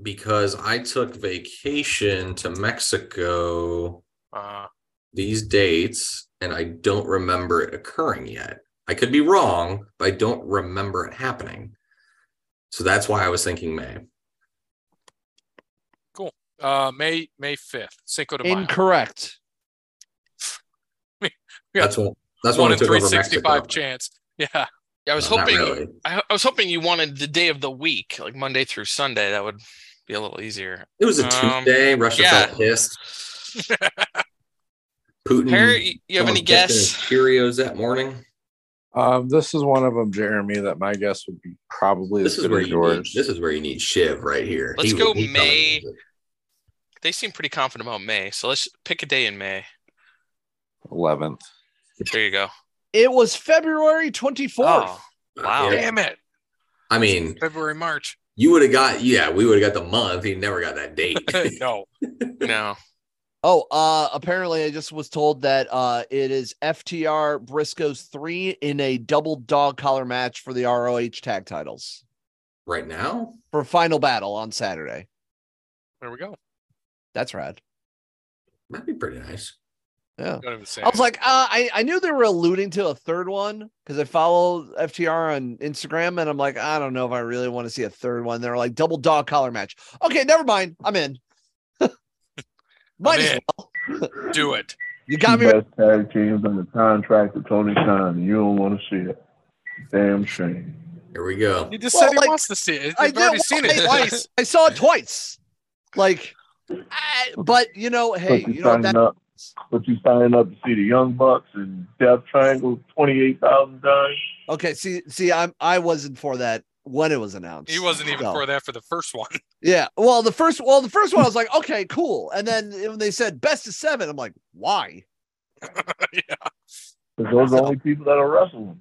Speaker 2: because I took vacation to Mexico
Speaker 1: Uh,
Speaker 2: these dates and I don't remember it occurring yet. I could be wrong, but I don't remember it happening. So that's why I was thinking May.
Speaker 1: uh, May May fifth, Cinco de Mayo.
Speaker 5: Incorrect.
Speaker 1: Yeah.
Speaker 2: That's what that's
Speaker 1: One
Speaker 2: why I
Speaker 1: in
Speaker 2: took
Speaker 1: three
Speaker 2: over
Speaker 1: sixty
Speaker 2: Mexico.
Speaker 1: five chance. Yeah,
Speaker 4: Yeah, I was
Speaker 2: Well, not
Speaker 4: hoping
Speaker 2: really.
Speaker 4: I, I was hoping you wanted the day of the week, like Monday through Sunday. That would be a little easier.
Speaker 2: It was a
Speaker 4: Um,
Speaker 2: Tuesday. Russia
Speaker 4: yeah.
Speaker 2: felt pissed. Putin.
Speaker 4: Harry, you- you have
Speaker 2: someone
Speaker 4: any
Speaker 2: dipped in his
Speaker 4: guess?
Speaker 2: Cheerios that morning.
Speaker 3: Um, this is one of them, Jeremy. That my guess would be probably
Speaker 2: This
Speaker 3: as
Speaker 2: is
Speaker 3: good
Speaker 2: where
Speaker 3: as
Speaker 2: you need,
Speaker 3: yours.
Speaker 2: this is where you need Shiv right here.
Speaker 4: Let's go
Speaker 2: he's coming
Speaker 4: May.
Speaker 2: to use it.
Speaker 4: They seem pretty confident about May, so let's pick a day in May.
Speaker 3: Eleventh.
Speaker 4: There you go.
Speaker 5: It was February 24th.
Speaker 4: Oh, Wow.
Speaker 2: Uh, Yeah.
Speaker 1: damn it,
Speaker 2: I mean,
Speaker 1: February March.
Speaker 2: you would have got yeah, we would have got the month. He never got that date.
Speaker 1: no,
Speaker 4: no.
Speaker 5: Oh, uh, apparently I just was told that uh, it is FTR Briscoe's three in a double dog collar match for the ROH tag titles
Speaker 2: right now,
Speaker 5: for final battle on Saturday.
Speaker 1: there we go.
Speaker 5: That's rad.
Speaker 2: that'd be pretty nice.
Speaker 1: Don't even say.
Speaker 5: I was like, uh, I, I knew they were alluding to a third one because I follow FTR on Instagram and I'm like, I don't know if I really want to see a third one. They're like double dog collar match. Okay, never mind. I'm in. Might as
Speaker 1: in.
Speaker 5: well.
Speaker 1: anything. do it.
Speaker 5: You got me.
Speaker 7: best tag teams under contract to Tony Khan. and You don't want to see it. Damn shame.
Speaker 2: Here we go.
Speaker 1: He just
Speaker 5: Well,
Speaker 1: said he
Speaker 5: like,
Speaker 1: wants to see it.
Speaker 5: I
Speaker 1: I've
Speaker 5: did.
Speaker 1: already
Speaker 5: well,
Speaker 1: seen it
Speaker 5: I-
Speaker 1: twice.
Speaker 5: I saw it twice. Like, I, but you know, hey,
Speaker 7: but you,
Speaker 5: you know
Speaker 7: signing
Speaker 5: that
Speaker 7: up. But you signing up to see the Young Bucks and Death Triangle twenty eight thousand times.
Speaker 5: Okay, see, see, I'm I wasn't for that when it was announced.
Speaker 1: He wasn't even
Speaker 5: So,
Speaker 1: for that for the first one.
Speaker 5: Yeah, well, the first, well, the first one, I was like, okay, cool, and then when they said best of seven, I'm like, why?
Speaker 7: Because those are the only people that are wrestling.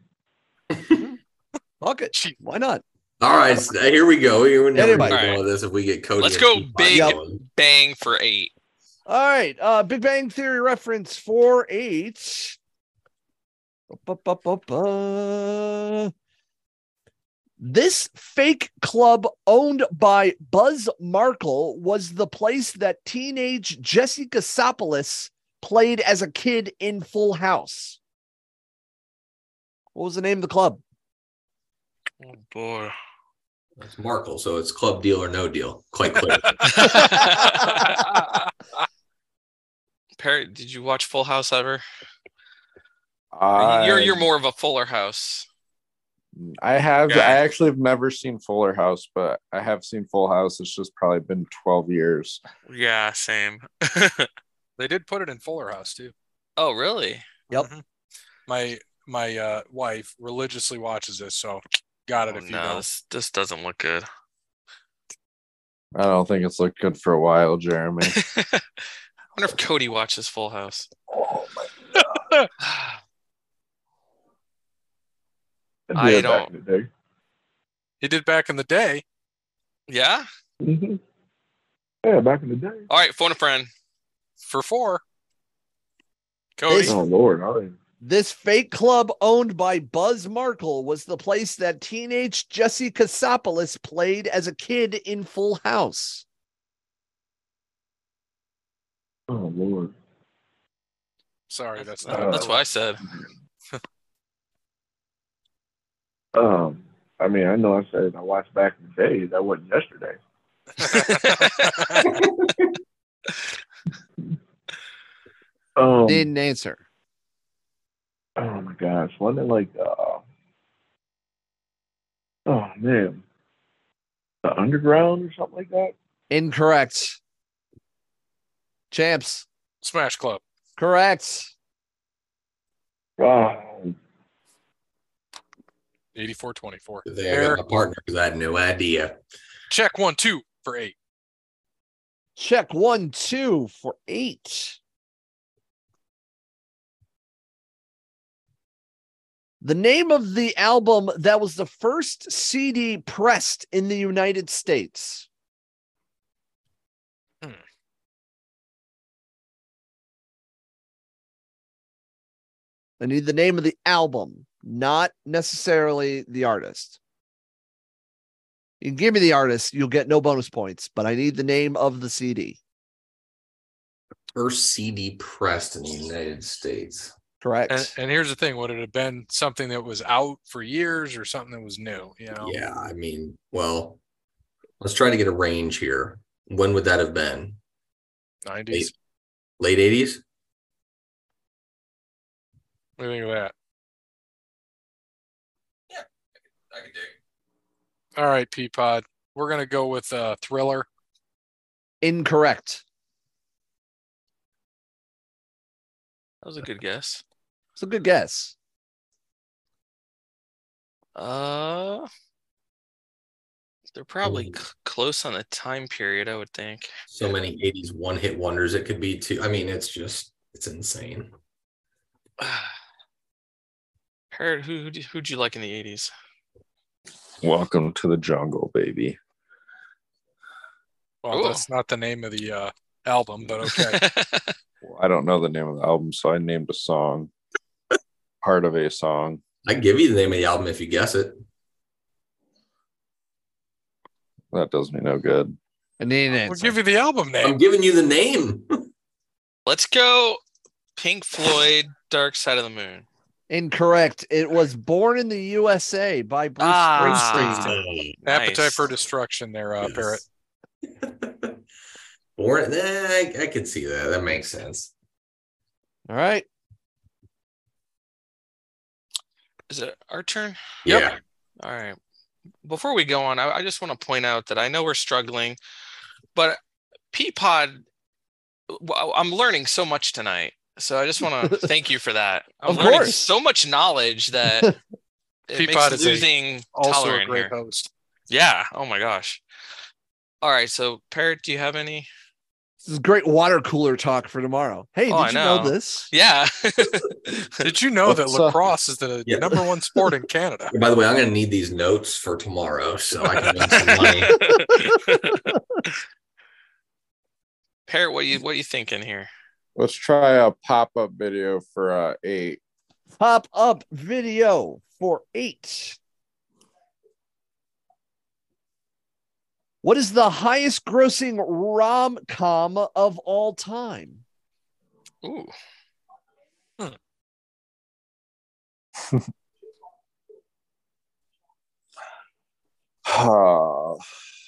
Speaker 5: Fuck it,
Speaker 1: Gee.
Speaker 5: why not?
Speaker 2: All right, so here we go. We're never
Speaker 5: Anybody.
Speaker 2: gonna know this if we get Cody.
Speaker 4: Let's
Speaker 2: and
Speaker 4: go
Speaker 2: Steve
Speaker 4: big.
Speaker 2: Fox.
Speaker 4: Bang for eight.
Speaker 5: All right, uh, Big Bang Theory reference four eight. Ba, ba, ba, ba. This fake club owned by Buzz Markle was the place that teenage Jesse Kasopoulos played as a kid in Full House. What was the name of the club?
Speaker 4: Oh boy.
Speaker 2: That's Markle. So it's club deal or no deal. Quite clear.
Speaker 4: Perry, did you watch Full House ever?
Speaker 3: I,
Speaker 4: you're you're more of a Fuller House.
Speaker 3: I have.
Speaker 4: Yeah.
Speaker 3: I actually have never seen Fuller House, but I have seen Full House. It's just probably been twelve years.
Speaker 4: Yeah, same.
Speaker 1: They did put it in Fuller House too. Mm-hmm.
Speaker 4: oh, really?
Speaker 1: My my uh, wife religiously watches this, so got it
Speaker 4: Oh,
Speaker 1: if you
Speaker 4: no,
Speaker 1: know.
Speaker 4: this, this doesn't look good.
Speaker 3: I don't think it's looked good for a while, Jeremy.
Speaker 4: I wonder if Cody watches Full House. Oh my
Speaker 7: They
Speaker 4: I
Speaker 7: did back
Speaker 4: don't-
Speaker 7: in the day.
Speaker 1: He did back in the day.
Speaker 4: yeah.
Speaker 7: Mhm. Yeah, back in the day.
Speaker 4: All right, phone a friend.
Speaker 1: for four. Cody,
Speaker 5: This-
Speaker 7: Oh Lord, I didn't-
Speaker 5: This fake club owned by Buzz Markle was the place that teenage Jesse Kasopoulos played as a kid in Full House.
Speaker 7: oh Lord.
Speaker 1: sorry, that's
Speaker 7: Uh,
Speaker 1: not.
Speaker 4: That's what I said.
Speaker 7: Um, I mean, I know I said I watched back in the day. That wasn't yesterday. Um,
Speaker 5: Didn't answer.
Speaker 7: oh my gosh, wasn't it like uh, oh man, the underground or something like that?
Speaker 5: Incorrect. Champs.
Speaker 1: Smash Club.
Speaker 5: Correct.
Speaker 7: Wow,
Speaker 1: 8424.
Speaker 2: There, I got a partner because I had no idea.
Speaker 1: Check one, two for eight.
Speaker 5: Check one, two for eight. The name of the album that was the first CD pressed in the United States. I need the name of the album, not necessarily the artist. You can give me the artist, you'll get no bonus points, but I need the name of the CD.
Speaker 2: First CD pressed in the United States.
Speaker 5: Correct.
Speaker 1: And, and here's the thing: would it have been something that was out for years or something that was new? You know,
Speaker 2: Yeah, I mean, well, let's try to get a range here. When would that have been?
Speaker 1: nineties.
Speaker 2: Late 80s?
Speaker 1: What do you think of that?
Speaker 2: I could dig.
Speaker 1: All right, Peapod. We're gonna go with uh, Thriller.
Speaker 5: Incorrect.
Speaker 4: That was a good guess.
Speaker 5: It's a good guess.
Speaker 4: Uh, they're probably
Speaker 2: Ooh.
Speaker 4: c- close on the time period, I would think.
Speaker 2: So many 80s one hit wonders it could be too. I mean, it's just, it's insane.
Speaker 4: Parrot, who who'd you, who'd you like in the eighties?
Speaker 3: Welcome to the jungle, baby.
Speaker 1: Well,
Speaker 4: Ooh.
Speaker 1: that's not the name of the uh, album, but okay.
Speaker 3: Well, I don't know the name of the album, so I named a song. Part of a song.
Speaker 2: I can give you the name of the album if you guess it.
Speaker 3: That does me no good.
Speaker 5: I need an
Speaker 1: we'll
Speaker 5: answer.
Speaker 1: give you the album
Speaker 5: Oh,
Speaker 2: I'm
Speaker 1: name.
Speaker 2: giving you the name.
Speaker 4: Let's go. Pink Floyd, Dark Side of the Moon.
Speaker 5: Incorrect. It was born in the USA by Bruce
Speaker 4: Ah.
Speaker 5: Springsteen.
Speaker 1: Appetite for
Speaker 4: Nice.
Speaker 1: Destruction, there, uh,
Speaker 2: Yes.
Speaker 1: Parrot.
Speaker 2: Born, eh, I, I could see that. That makes sense.
Speaker 5: All right.
Speaker 4: Is it our turn?
Speaker 1: Yep.
Speaker 2: Yeah.
Speaker 4: All right. Before we go on, I, I just want to point out that I know we're struggling, but Peapod, w- I'm learning so much tonight. So I just want to thank you for that. I'm
Speaker 5: Of
Speaker 4: learning
Speaker 5: course.
Speaker 4: so much knowledge that it
Speaker 1: Peapod
Speaker 4: makes
Speaker 1: is a-
Speaker 4: losing
Speaker 1: Also a
Speaker 4: tolerant
Speaker 1: great
Speaker 4: here.
Speaker 1: host.
Speaker 4: Yeah. Oh my gosh. All right. So Parrot, do you have any?
Speaker 5: This is great water cooler talk for tomorrow. Hey,
Speaker 4: Oh, I
Speaker 5: did you know.
Speaker 4: know.
Speaker 5: this?
Speaker 4: Yeah.
Speaker 1: Did you know that
Speaker 3: What's
Speaker 5: uh,
Speaker 3: up?
Speaker 1: lacrosse is the
Speaker 2: Yeah.
Speaker 1: number one sport in Canada?
Speaker 2: By the way, I'm going to need these notes for tomorrow so I can win some money.
Speaker 4: Parrot, what you what you thinking here?
Speaker 3: Let's try a pop-up video for uh eight.
Speaker 5: Pop up video for eight. What is the highest grossing rom com of all time?
Speaker 4: Ooh.
Speaker 3: Oh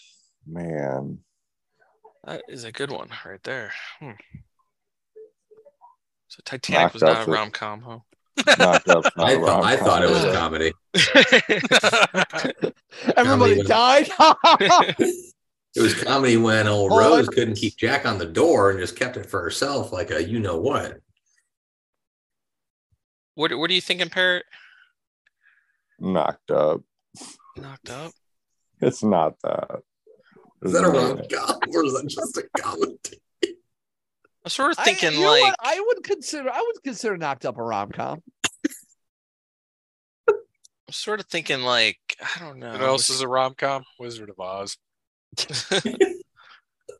Speaker 3: man.
Speaker 4: That is a good one right there. Hmm. So Titanic was
Speaker 3: Knocked
Speaker 4: not
Speaker 3: out
Speaker 4: a
Speaker 3: the-
Speaker 4: rom com, huh?
Speaker 3: Knocked up, not
Speaker 2: I,
Speaker 3: a
Speaker 2: thought, I
Speaker 3: rom-com.
Speaker 2: thought it was
Speaker 4: Yeah.
Speaker 2: comedy.
Speaker 5: Everybody
Speaker 2: even-
Speaker 5: died.
Speaker 2: It was comedy when old
Speaker 5: Oh,
Speaker 2: Rose
Speaker 5: I-
Speaker 2: couldn't keep Jack on the door and just kept it for herself, like a you know what.
Speaker 4: what what are you thinking, Parrot?
Speaker 3: knocked up.
Speaker 4: Knocked up.
Speaker 3: It's not that.
Speaker 2: Is that a
Speaker 3: It's not
Speaker 2: rom
Speaker 3: it.
Speaker 2: com or is that just a comedy?
Speaker 4: I'm sort of
Speaker 5: I-
Speaker 4: thinking
Speaker 5: you know
Speaker 4: like
Speaker 5: what? I would consider I would consider knocked up a rom com.
Speaker 4: I'm sort of thinking like I don't know.
Speaker 1: What
Speaker 5: Uh,
Speaker 1: else is a rom com? Wizard of Oz.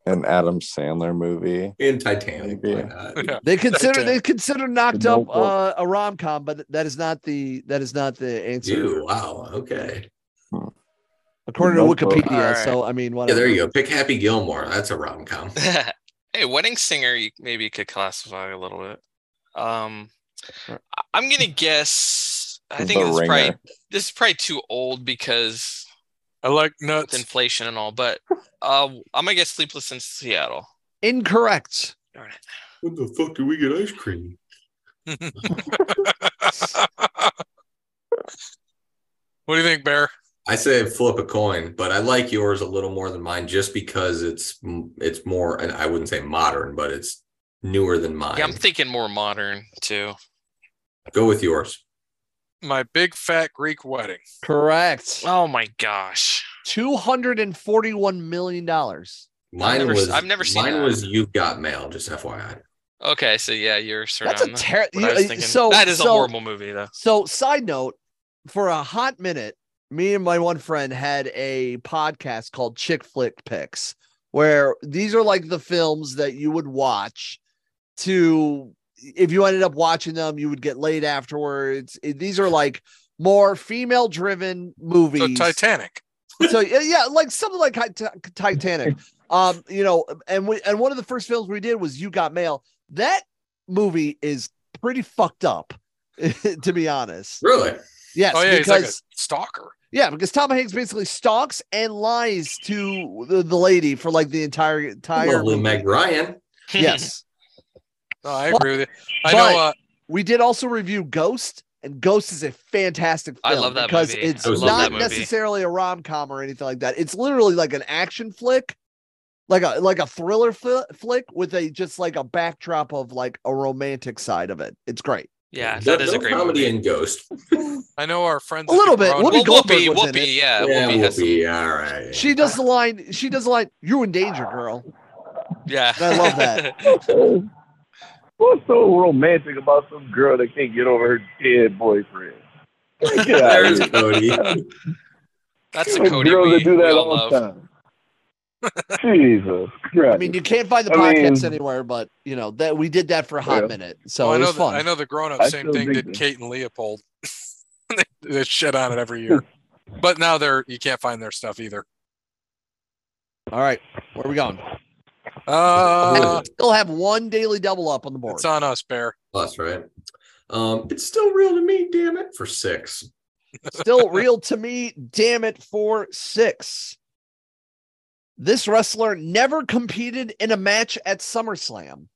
Speaker 3: An Adam Sandler movie.
Speaker 2: In Titanic, why
Speaker 3: Yeah.
Speaker 2: not?
Speaker 5: They consider
Speaker 1: Nocturnal.
Speaker 5: they consider knocked
Speaker 3: The
Speaker 5: up
Speaker 3: Notebook.
Speaker 5: uh, a rom com, but that is not the that is not the answer
Speaker 2: Ew, wow. Okay.
Speaker 5: according
Speaker 3: The
Speaker 5: to
Speaker 3: Notebook.
Speaker 5: Wikipedia.
Speaker 4: Alright.
Speaker 5: So I mean,
Speaker 2: Yeah,
Speaker 5: whatever.
Speaker 2: there you go. Pick Happy Gilmore. That's a rom com.
Speaker 4: hey, Wedding Singer, you maybe could classify a little bit. Um, I- I'm gonna guess. I think
Speaker 3: The
Speaker 4: this is, probably,
Speaker 3: Ringer.
Speaker 4: this is probably too old because
Speaker 1: I like
Speaker 4: with
Speaker 1: nuts.
Speaker 4: inflation and all. But uh, I'm gonna guess Sleepless in Seattle.
Speaker 5: Incorrect.
Speaker 4: Darn it.
Speaker 2: When the fuck do we get ice cream?
Speaker 1: what do you think, Bear?
Speaker 2: I say flip a coin, but I like yours a little more than mine just because it's it's more and I wouldn't say modern, but it's newer than mine.
Speaker 4: Yeah, I'm thinking more modern too.
Speaker 2: Go with yours.
Speaker 1: My big fat Greek wedding.
Speaker 5: Correct.
Speaker 4: Oh my gosh.
Speaker 5: Two hundred and forty-one million dollars.
Speaker 2: Mine
Speaker 4: never-
Speaker 2: was
Speaker 4: I've never seen
Speaker 2: mine
Speaker 4: that.
Speaker 2: was you've got mail, just FYI.
Speaker 4: Okay, so yeah, you're sort
Speaker 5: That's
Speaker 4: of.
Speaker 5: a
Speaker 4: on the-
Speaker 5: terrible.
Speaker 4: what I was thinking.
Speaker 5: So
Speaker 4: that is
Speaker 5: so-
Speaker 4: a horrible movie though.
Speaker 5: So, side note, for a hot minute, me and my one friend had a podcast called Chick Flick Picks, where these are like the films that you would watch to if you ended up watching them, you would get laid afterwards. It- these are like more female driven movies.
Speaker 1: So Titanic.
Speaker 5: so yeah, yeah, like something like Tit- Titanic. Um, you know, and we and one of the first films we did was You Got Mail. That movie is pretty fucked up, to be honest.
Speaker 2: Really?
Speaker 5: Yes,
Speaker 1: oh yeah, he's like a
Speaker 5: because
Speaker 1: stalker.
Speaker 5: yeah, because Tom Hanks basically stalks and lies to the, the lady for like the entire entire.
Speaker 2: Lovely
Speaker 5: movie.
Speaker 2: Meg Ryan.
Speaker 5: Yes,
Speaker 1: No, I
Speaker 5: But-
Speaker 1: agree with you. I
Speaker 5: but-
Speaker 1: know. Uh,
Speaker 5: we did also review Ghost, and Ghost is a fantastic.
Speaker 4: I
Speaker 5: Film
Speaker 4: love that
Speaker 5: because
Speaker 4: movie.
Speaker 5: it's
Speaker 2: I love
Speaker 5: not
Speaker 2: that movie.
Speaker 5: necessarily a rom com or anything like that. It's literally like an action flick, like a like a thriller fl- flick with a just like a backdrop of like a romantic side of it. It's great.
Speaker 4: Yeah,
Speaker 2: There-
Speaker 4: that is a
Speaker 2: no
Speaker 4: great
Speaker 2: comedy
Speaker 4: movie.
Speaker 2: and Ghost.
Speaker 1: I know our friends.
Speaker 5: A
Speaker 1: at the
Speaker 5: little bit.
Speaker 1: Corona-
Speaker 5: Whoopi
Speaker 4: Well, Whoopi,
Speaker 5: Goldberg was in
Speaker 4: Whoopi, yeah,
Speaker 2: yeah,
Speaker 4: Whoopi has,
Speaker 2: Whoopi, all right.
Speaker 5: She does the line. She does the line. You in danger, girl.
Speaker 4: yeah.
Speaker 5: I love that.
Speaker 7: What's so romantic about some girl that can't get over her dead boyfriend? Get out of
Speaker 2: There's
Speaker 7: here.
Speaker 2: Cody.
Speaker 4: That's a
Speaker 7: Like,
Speaker 4: Cody
Speaker 7: girls
Speaker 4: we,
Speaker 7: that do
Speaker 4: we
Speaker 7: that
Speaker 4: all
Speaker 7: all
Speaker 4: love.
Speaker 7: the time. Jesus Christ.
Speaker 5: I mean, you can't find the
Speaker 7: I mean-
Speaker 5: podcast anywhere, but you know that we did that for a hot
Speaker 7: Yeah.
Speaker 5: minute, so
Speaker 1: Well, Oh, I
Speaker 5: it
Speaker 1: know.
Speaker 5: was
Speaker 1: The,
Speaker 5: fun.
Speaker 1: I know the
Speaker 7: I
Speaker 1: grown-up same
Speaker 7: still
Speaker 1: thing
Speaker 7: dig
Speaker 1: did
Speaker 7: it.
Speaker 1: Kate and Leopold. they, they shit on it every year, but now they're you can't find their stuff either.
Speaker 5: All right, where are we going?
Speaker 1: Uh,
Speaker 5: Still have one daily double up on the board.
Speaker 1: it's on us, Bear.
Speaker 2: Plus, right? Um, it's still real to me, damn it. For six.
Speaker 5: Still real to me. Damn it. For six. This wrestler never competed in a match at SummerSlam.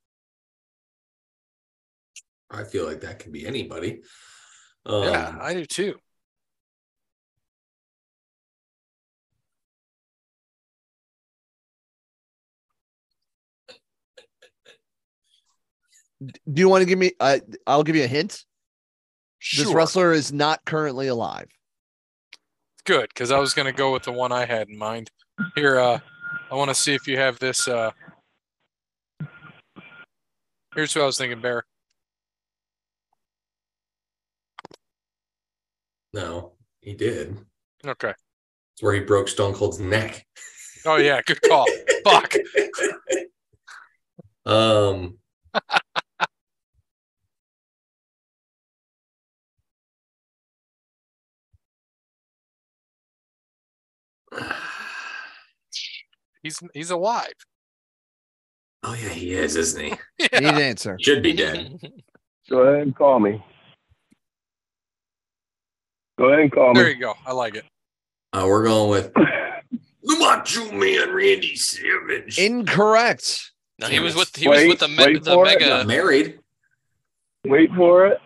Speaker 2: I feel like that could be anybody. Um,
Speaker 1: yeah, I do too.
Speaker 5: Do you want to give me? Uh, I'll give you a hint. This
Speaker 1: Sure.
Speaker 5: wrestler is not currently alive.
Speaker 1: Good, because I was going to go with the one I had in mind. Here, uh, I want to see if you have this. Uh, here's who I was thinking, Bear.
Speaker 2: No, he did. It's
Speaker 1: Okay.
Speaker 2: where he broke Stone Cold's neck.
Speaker 1: Oh yeah, good call. Fuck.
Speaker 2: Um.
Speaker 1: He's he's alive.
Speaker 2: Oh yeah, he is, isn't he?
Speaker 5: Need an answer.
Speaker 2: Should be dead.
Speaker 7: Go ahead and call me. Go ahead and call
Speaker 1: There
Speaker 7: me.
Speaker 1: you go. I like it.
Speaker 2: Uh, we're going with the Macho Man Randy Savage.
Speaker 5: Incorrect.
Speaker 4: No, he was with he
Speaker 7: Wait,
Speaker 4: was with the, me-
Speaker 7: wait
Speaker 4: the
Speaker 7: for it.
Speaker 2: Not
Speaker 4: mega.
Speaker 2: married.
Speaker 7: Wait for it.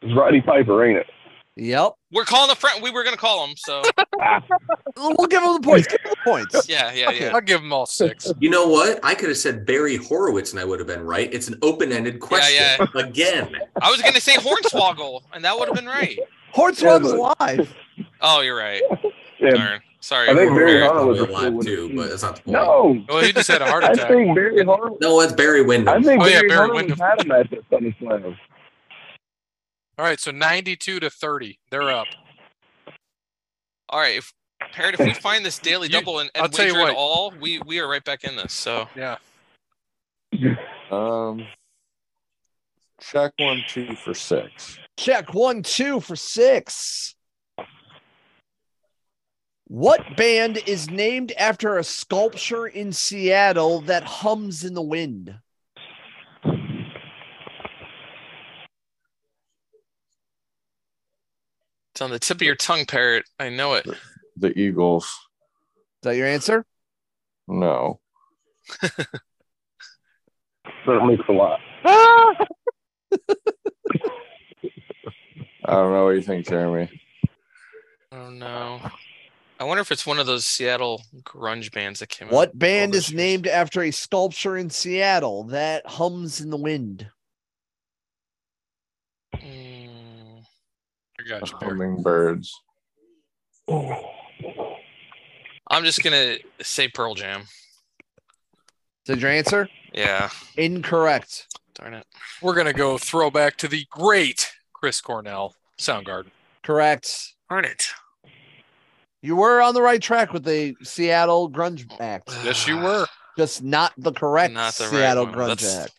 Speaker 7: It's Roddy Piper, ain't it?
Speaker 5: Yep.
Speaker 4: We're calling the friend. We were gonna call him. So
Speaker 5: We'll give him the points. Give him the points.
Speaker 4: yeah, yeah, yeah.
Speaker 1: I'll give him all six.
Speaker 2: You know what? I could have said Barry Horowitz, and I would have been right. It's an open-ended question
Speaker 4: yeah.
Speaker 2: again.
Speaker 4: I was gonna say Hornswoggle, and that would have been right.
Speaker 5: Hornswoggle's
Speaker 7: Yeah,
Speaker 5: alive.
Speaker 4: Oh, you're right.
Speaker 7: Yeah.
Speaker 4: Darn. Sorry.
Speaker 7: I think Barry
Speaker 4: We're-
Speaker 7: Horowitz
Speaker 2: Probably
Speaker 7: was the
Speaker 2: alive
Speaker 7: one.
Speaker 2: too, but that's not the point.
Speaker 7: No.
Speaker 1: Well, he just had a heart
Speaker 7: I
Speaker 1: attack.
Speaker 7: think Barry Horowitz.
Speaker 2: No, that's Barry Windham.
Speaker 7: I think
Speaker 1: Oh, yeah,
Speaker 7: Barry,
Speaker 1: Barry
Speaker 7: Horowitz
Speaker 1: Windham.
Speaker 7: had a match at SummerSlam.
Speaker 1: All right, so 92 to 30. They're up.
Speaker 4: All right. If, Parrot, if we find this daily
Speaker 1: You-
Speaker 4: double and,
Speaker 1: I'll
Speaker 4: and
Speaker 1: tell you
Speaker 4: wager it
Speaker 1: what.
Speaker 4: all, we we are right back in this. So
Speaker 1: Yeah.
Speaker 3: Um, check one, two for six.
Speaker 5: Check one, two for six. What band is named after a sculpture in Seattle that hums in the wind?
Speaker 4: it's on the tip of your tongue, Parrot. I know it.
Speaker 3: The Eagles.
Speaker 5: Is that your answer?
Speaker 3: No.
Speaker 7: So that makes a lot.
Speaker 3: I don't know what you think, Jeremy.
Speaker 4: Oh no. I wonder if it's one of those Seattle grunge bands that came out.
Speaker 5: What band
Speaker 4: all
Speaker 5: is
Speaker 4: those
Speaker 5: named after a sculpture in Seattle that hums in the wind?
Speaker 4: years. Mm,
Speaker 1: I got
Speaker 3: Um,
Speaker 1: you, Bear.
Speaker 3: Hummingbirds.
Speaker 4: I'm just gonna say Pearl Jam.
Speaker 5: Is that your answer?
Speaker 4: Yeah.
Speaker 5: Incorrect.
Speaker 4: Darn it.
Speaker 1: We're going to go throwback to the great Chris Cornell Soundgarden.
Speaker 5: Correct.
Speaker 4: Darn it.
Speaker 5: You were on the right track with the Seattle grunge act,
Speaker 1: Yes, you were.
Speaker 5: just not the correct
Speaker 4: Not the right
Speaker 5: Seattle
Speaker 4: one.
Speaker 5: grunge
Speaker 4: That's-
Speaker 5: act.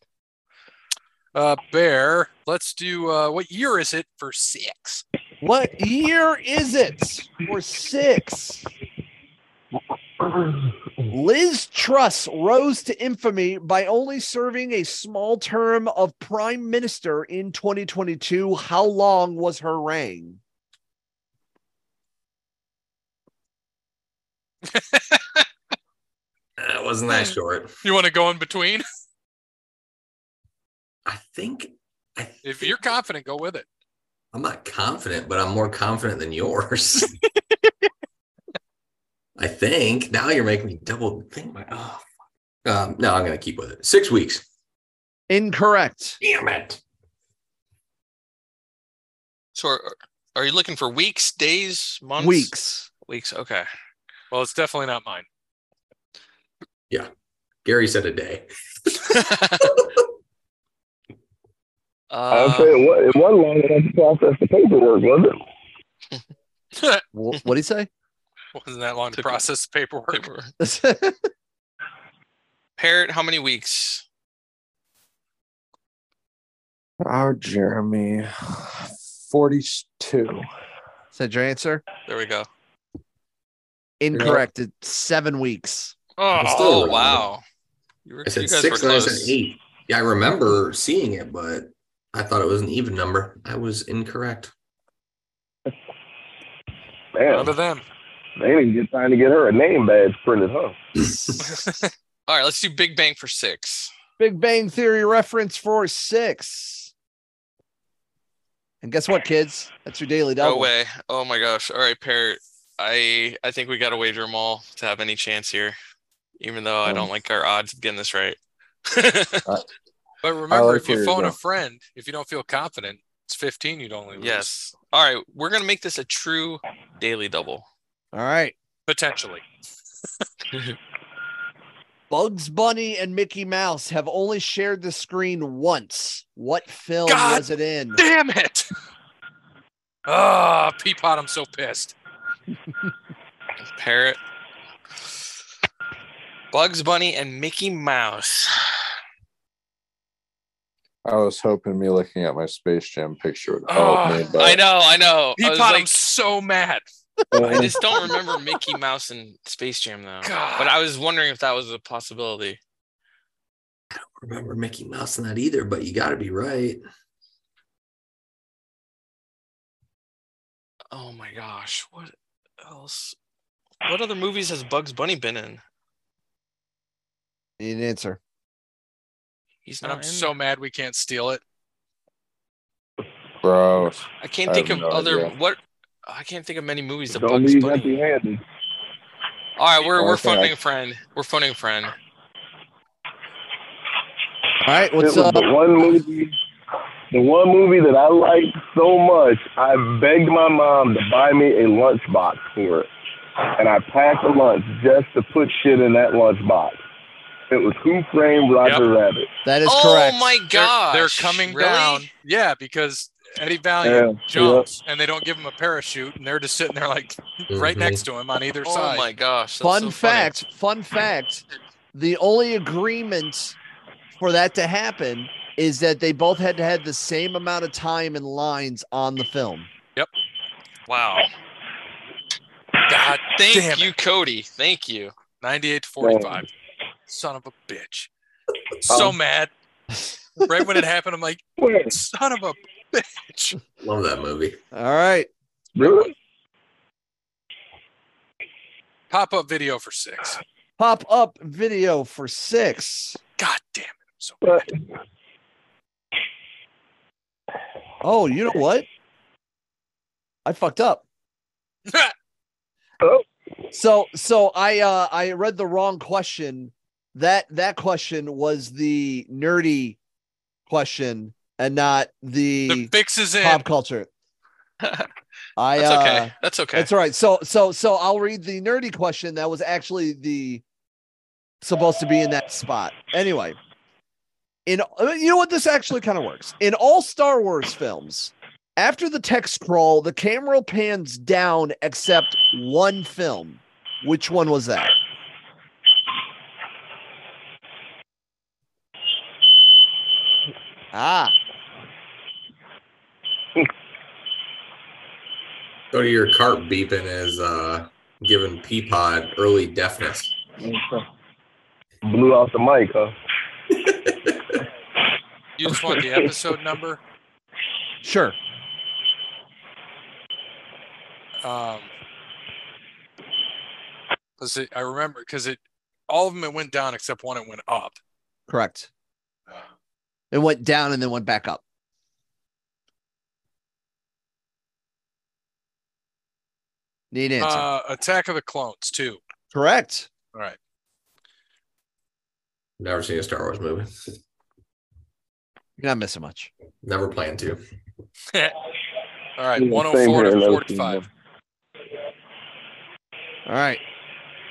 Speaker 1: Uh, Bear, let's do uh, what year is it for six?
Speaker 5: What year is it for six? Liz Truss rose to infamy by only serving a small term of prime minister in 2022. How long was her reign?
Speaker 2: Uh, It wasn't that short.
Speaker 1: You want to go in between?
Speaker 2: I think. I
Speaker 1: If
Speaker 2: think-
Speaker 1: you're confident, go with it.
Speaker 2: I'm not confident, but I'm more confident than yours. I think now you're making me double think. My oh, fuck. um, no, I'm gonna keep with it. Six weeks.
Speaker 5: Incorrect.
Speaker 2: Damn it.
Speaker 4: So are, are you looking for weeks, days, months?
Speaker 5: Weeks.
Speaker 4: Weeks. Okay.
Speaker 1: Well, it's definitely not mine.
Speaker 2: Gary said a day.
Speaker 6: I would
Speaker 4: Uh,
Speaker 6: say it wa- it wasn't long enough to process the paperwork, was it?
Speaker 5: What do you say?
Speaker 1: Wasn't that long to
Speaker 4: Took-
Speaker 1: process the paperwork?
Speaker 4: Parrot, how many weeks?
Speaker 3: Oh, Jeremy, forty-two.
Speaker 5: Said your answer?
Speaker 4: There we go.
Speaker 5: Incorrect. It's seven weeks.
Speaker 4: Oh,
Speaker 2: still wrong.
Speaker 4: wow. You, were,
Speaker 2: I
Speaker 4: you
Speaker 2: said
Speaker 4: guys
Speaker 2: six
Speaker 4: were
Speaker 2: and I
Speaker 4: close.
Speaker 2: said eight. Yeah, I remember seeing it, but I thought it was an even number. I was incorrect.
Speaker 1: Down
Speaker 6: Man,
Speaker 1: to them.
Speaker 6: they didn't get time to get her a name badge printed, huh?
Speaker 4: All right, let's do Big Bang for six.
Speaker 5: Big Bang Theory reference for six. And guess what, kids? That's your daily
Speaker 4: No
Speaker 5: double.
Speaker 4: way. Oh my gosh. All right, Parrot. I I think we got to wager them all to have any chance here, even though I don't like our odds of getting this right.
Speaker 1: But remember,
Speaker 3: like
Speaker 1: if you
Speaker 3: yours,
Speaker 1: phone
Speaker 3: though.
Speaker 1: a friend, if you don't feel confident, it's 15 you'd only lose.
Speaker 4: yes. All right, we're gonna make this a true daily double.
Speaker 5: All right.
Speaker 1: Potentially.
Speaker 5: Bugs Bunny and Mickey Mouse have only shared the screen once. What film
Speaker 1: God
Speaker 5: was it in?
Speaker 1: Damn it. Ah, Peapod, I'm so pissed.
Speaker 4: Parrot, Bugs Bunny, and Mickey Mouse.
Speaker 3: I was hoping me looking at my Space Jam picture would help
Speaker 5: Ah,
Speaker 1: Oh,
Speaker 3: me,
Speaker 4: I
Speaker 3: but
Speaker 4: know, I know. I
Speaker 1: Peapod,
Speaker 4: was like,
Speaker 1: I'm so mad.
Speaker 4: I just don't remember Mickey Mouse and Space Jam though.
Speaker 1: God.
Speaker 4: But I was wondering if that was a possibility.
Speaker 2: remember Mickey Mouse in that either, but you got to be right.
Speaker 4: Oh my gosh, what else? What other movies has Bugs Bunny been in?
Speaker 5: Need an answer.
Speaker 4: He's
Speaker 1: And
Speaker 4: not
Speaker 1: I'm
Speaker 4: in
Speaker 1: so mad we can't steal it.
Speaker 3: gross.
Speaker 4: I can't
Speaker 3: I
Speaker 4: think
Speaker 3: have
Speaker 4: of
Speaker 3: no
Speaker 4: other
Speaker 3: idea.
Speaker 4: what I can't think of many movies that
Speaker 6: Don't
Speaker 4: Bugs
Speaker 6: leave
Speaker 4: Bunny.
Speaker 6: empty-handed.
Speaker 4: All right, we're
Speaker 3: Well,
Speaker 4: we're
Speaker 3: I think I-
Speaker 4: phoning a friend. We're phoning a friend.
Speaker 5: All right. What's
Speaker 6: it was
Speaker 5: up?
Speaker 6: the one movie, the one movie that I liked so much, I begged my mom to buy me a lunchbox for it, and I packed a lunch just to put shit in that lunchbox. It was Who Framed Roger Rabbit.
Speaker 5: That is
Speaker 4: oh
Speaker 5: correct.
Speaker 4: my
Speaker 1: They're-
Speaker 4: gosh.
Speaker 1: They're, coming
Speaker 4: really?
Speaker 1: down. Yeah, because Eddie Valiant
Speaker 6: Yeah,
Speaker 1: jumps and they don't give him a parachute and they're just sitting there like right
Speaker 2: Mhm.
Speaker 1: next to him on either
Speaker 4: Mm-hmm. Oh
Speaker 1: side.
Speaker 4: my gosh. that's
Speaker 5: fun
Speaker 4: so funny.
Speaker 5: fact. Fun fact. The only agreement for that to happen is that they both had to have the same amount of time and lines on the film.
Speaker 4: Wow.
Speaker 1: God,
Speaker 4: Thank
Speaker 1: Damn
Speaker 4: you, Cody. Thank you.
Speaker 1: 98 to 45. Son of a bitch.
Speaker 2: Oh,
Speaker 1: So
Speaker 6: Um,
Speaker 1: mad. right when it happened, I'm like,
Speaker 6: Wait,
Speaker 1: son of a bitch.
Speaker 2: Love that movie.
Speaker 5: All right.
Speaker 6: really?
Speaker 1: Pop up video for six.
Speaker 5: Pop up video for six.
Speaker 1: God damn it. I'm so
Speaker 6: But
Speaker 5: Oh, you know what? I fucked up. So so I uh I read the wrong question. That that question was the nerdy question and not
Speaker 1: the
Speaker 5: the,
Speaker 1: fix is in.
Speaker 5: pop culture. I
Speaker 4: That's
Speaker 5: uh
Speaker 4: okay. That's okay.
Speaker 5: that's all right. So so so I'll read the nerdy question that was actually the supposed to be in that spot. Anyway, in you know what this actually kind of works. In all Star Wars films, after the text scroll, the camera pans down except one film. Which one was that? Ah,
Speaker 2: Go to your cart beeping is uh, giving Peapod early deafness.
Speaker 6: Blew out the mic, huh?
Speaker 1: You just want the episode number.
Speaker 5: sure.
Speaker 1: Um, because I remember because it all of them it went down except one it went up.
Speaker 5: Correct. It went down and then went back up. Need an answer.
Speaker 1: Uh, Attack of the Clones too.
Speaker 5: Correct.
Speaker 1: All right,
Speaker 2: Never seen a Star Wars movie.
Speaker 5: You're not missing much.
Speaker 2: Never plan to.
Speaker 1: all right.
Speaker 7: Same
Speaker 1: One hundred four
Speaker 7: here,
Speaker 1: to
Speaker 7: never
Speaker 1: forty
Speaker 7: seen
Speaker 1: five.
Speaker 7: one.
Speaker 5: All right.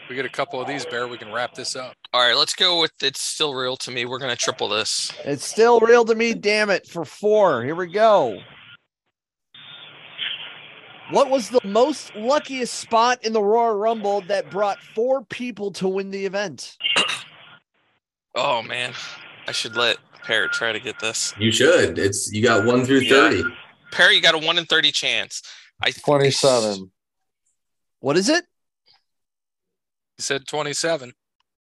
Speaker 1: We get a couple of these, Bear. We can wrap this up.
Speaker 4: All right, let's go with it's still real to me. We're gonna triple this.
Speaker 5: It's still real to me, damn it, for four. Here we go. What was the most luckiest spot in the Royal Rumble that brought four people to win the event?
Speaker 4: Oh man, I should let Parrot try to get this.
Speaker 2: You should. It's you got one through
Speaker 4: Yeah.
Speaker 2: thirty.
Speaker 4: Parrot, you got a one in thirty chance. I think they s-
Speaker 3: Twenty-seven.
Speaker 5: What is it?
Speaker 1: He said twenty seven.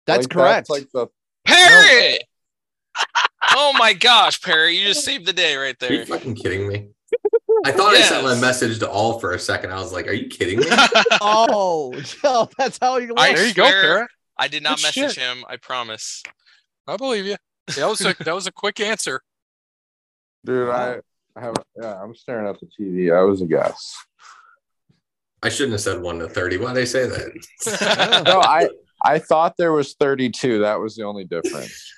Speaker 5: That's
Speaker 3: Like,
Speaker 5: correct.
Speaker 3: like the
Speaker 4: Parrot. oh my gosh, Parrot, you just saved the day right
Speaker 2: Are you
Speaker 4: there.
Speaker 2: fucking kidding me? I thought I sent my
Speaker 4: Yes.
Speaker 2: message to all for a second. I was like, "Are you kidding me?"
Speaker 5: oh, yo, that's how you
Speaker 4: I
Speaker 5: win.
Speaker 1: There you go,
Speaker 4: swear-
Speaker 1: Parrot.
Speaker 4: I did not
Speaker 1: Good
Speaker 4: message
Speaker 1: shit.
Speaker 4: him. I promise.
Speaker 1: I believe you. That was a, that was a quick answer.
Speaker 3: dude. I, I have. Yeah, I'm staring at the TV. I was a guess.
Speaker 2: I shouldn't have said one to thirty. Why they say that?
Speaker 3: No, I. I thought there was 32. That was the only difference.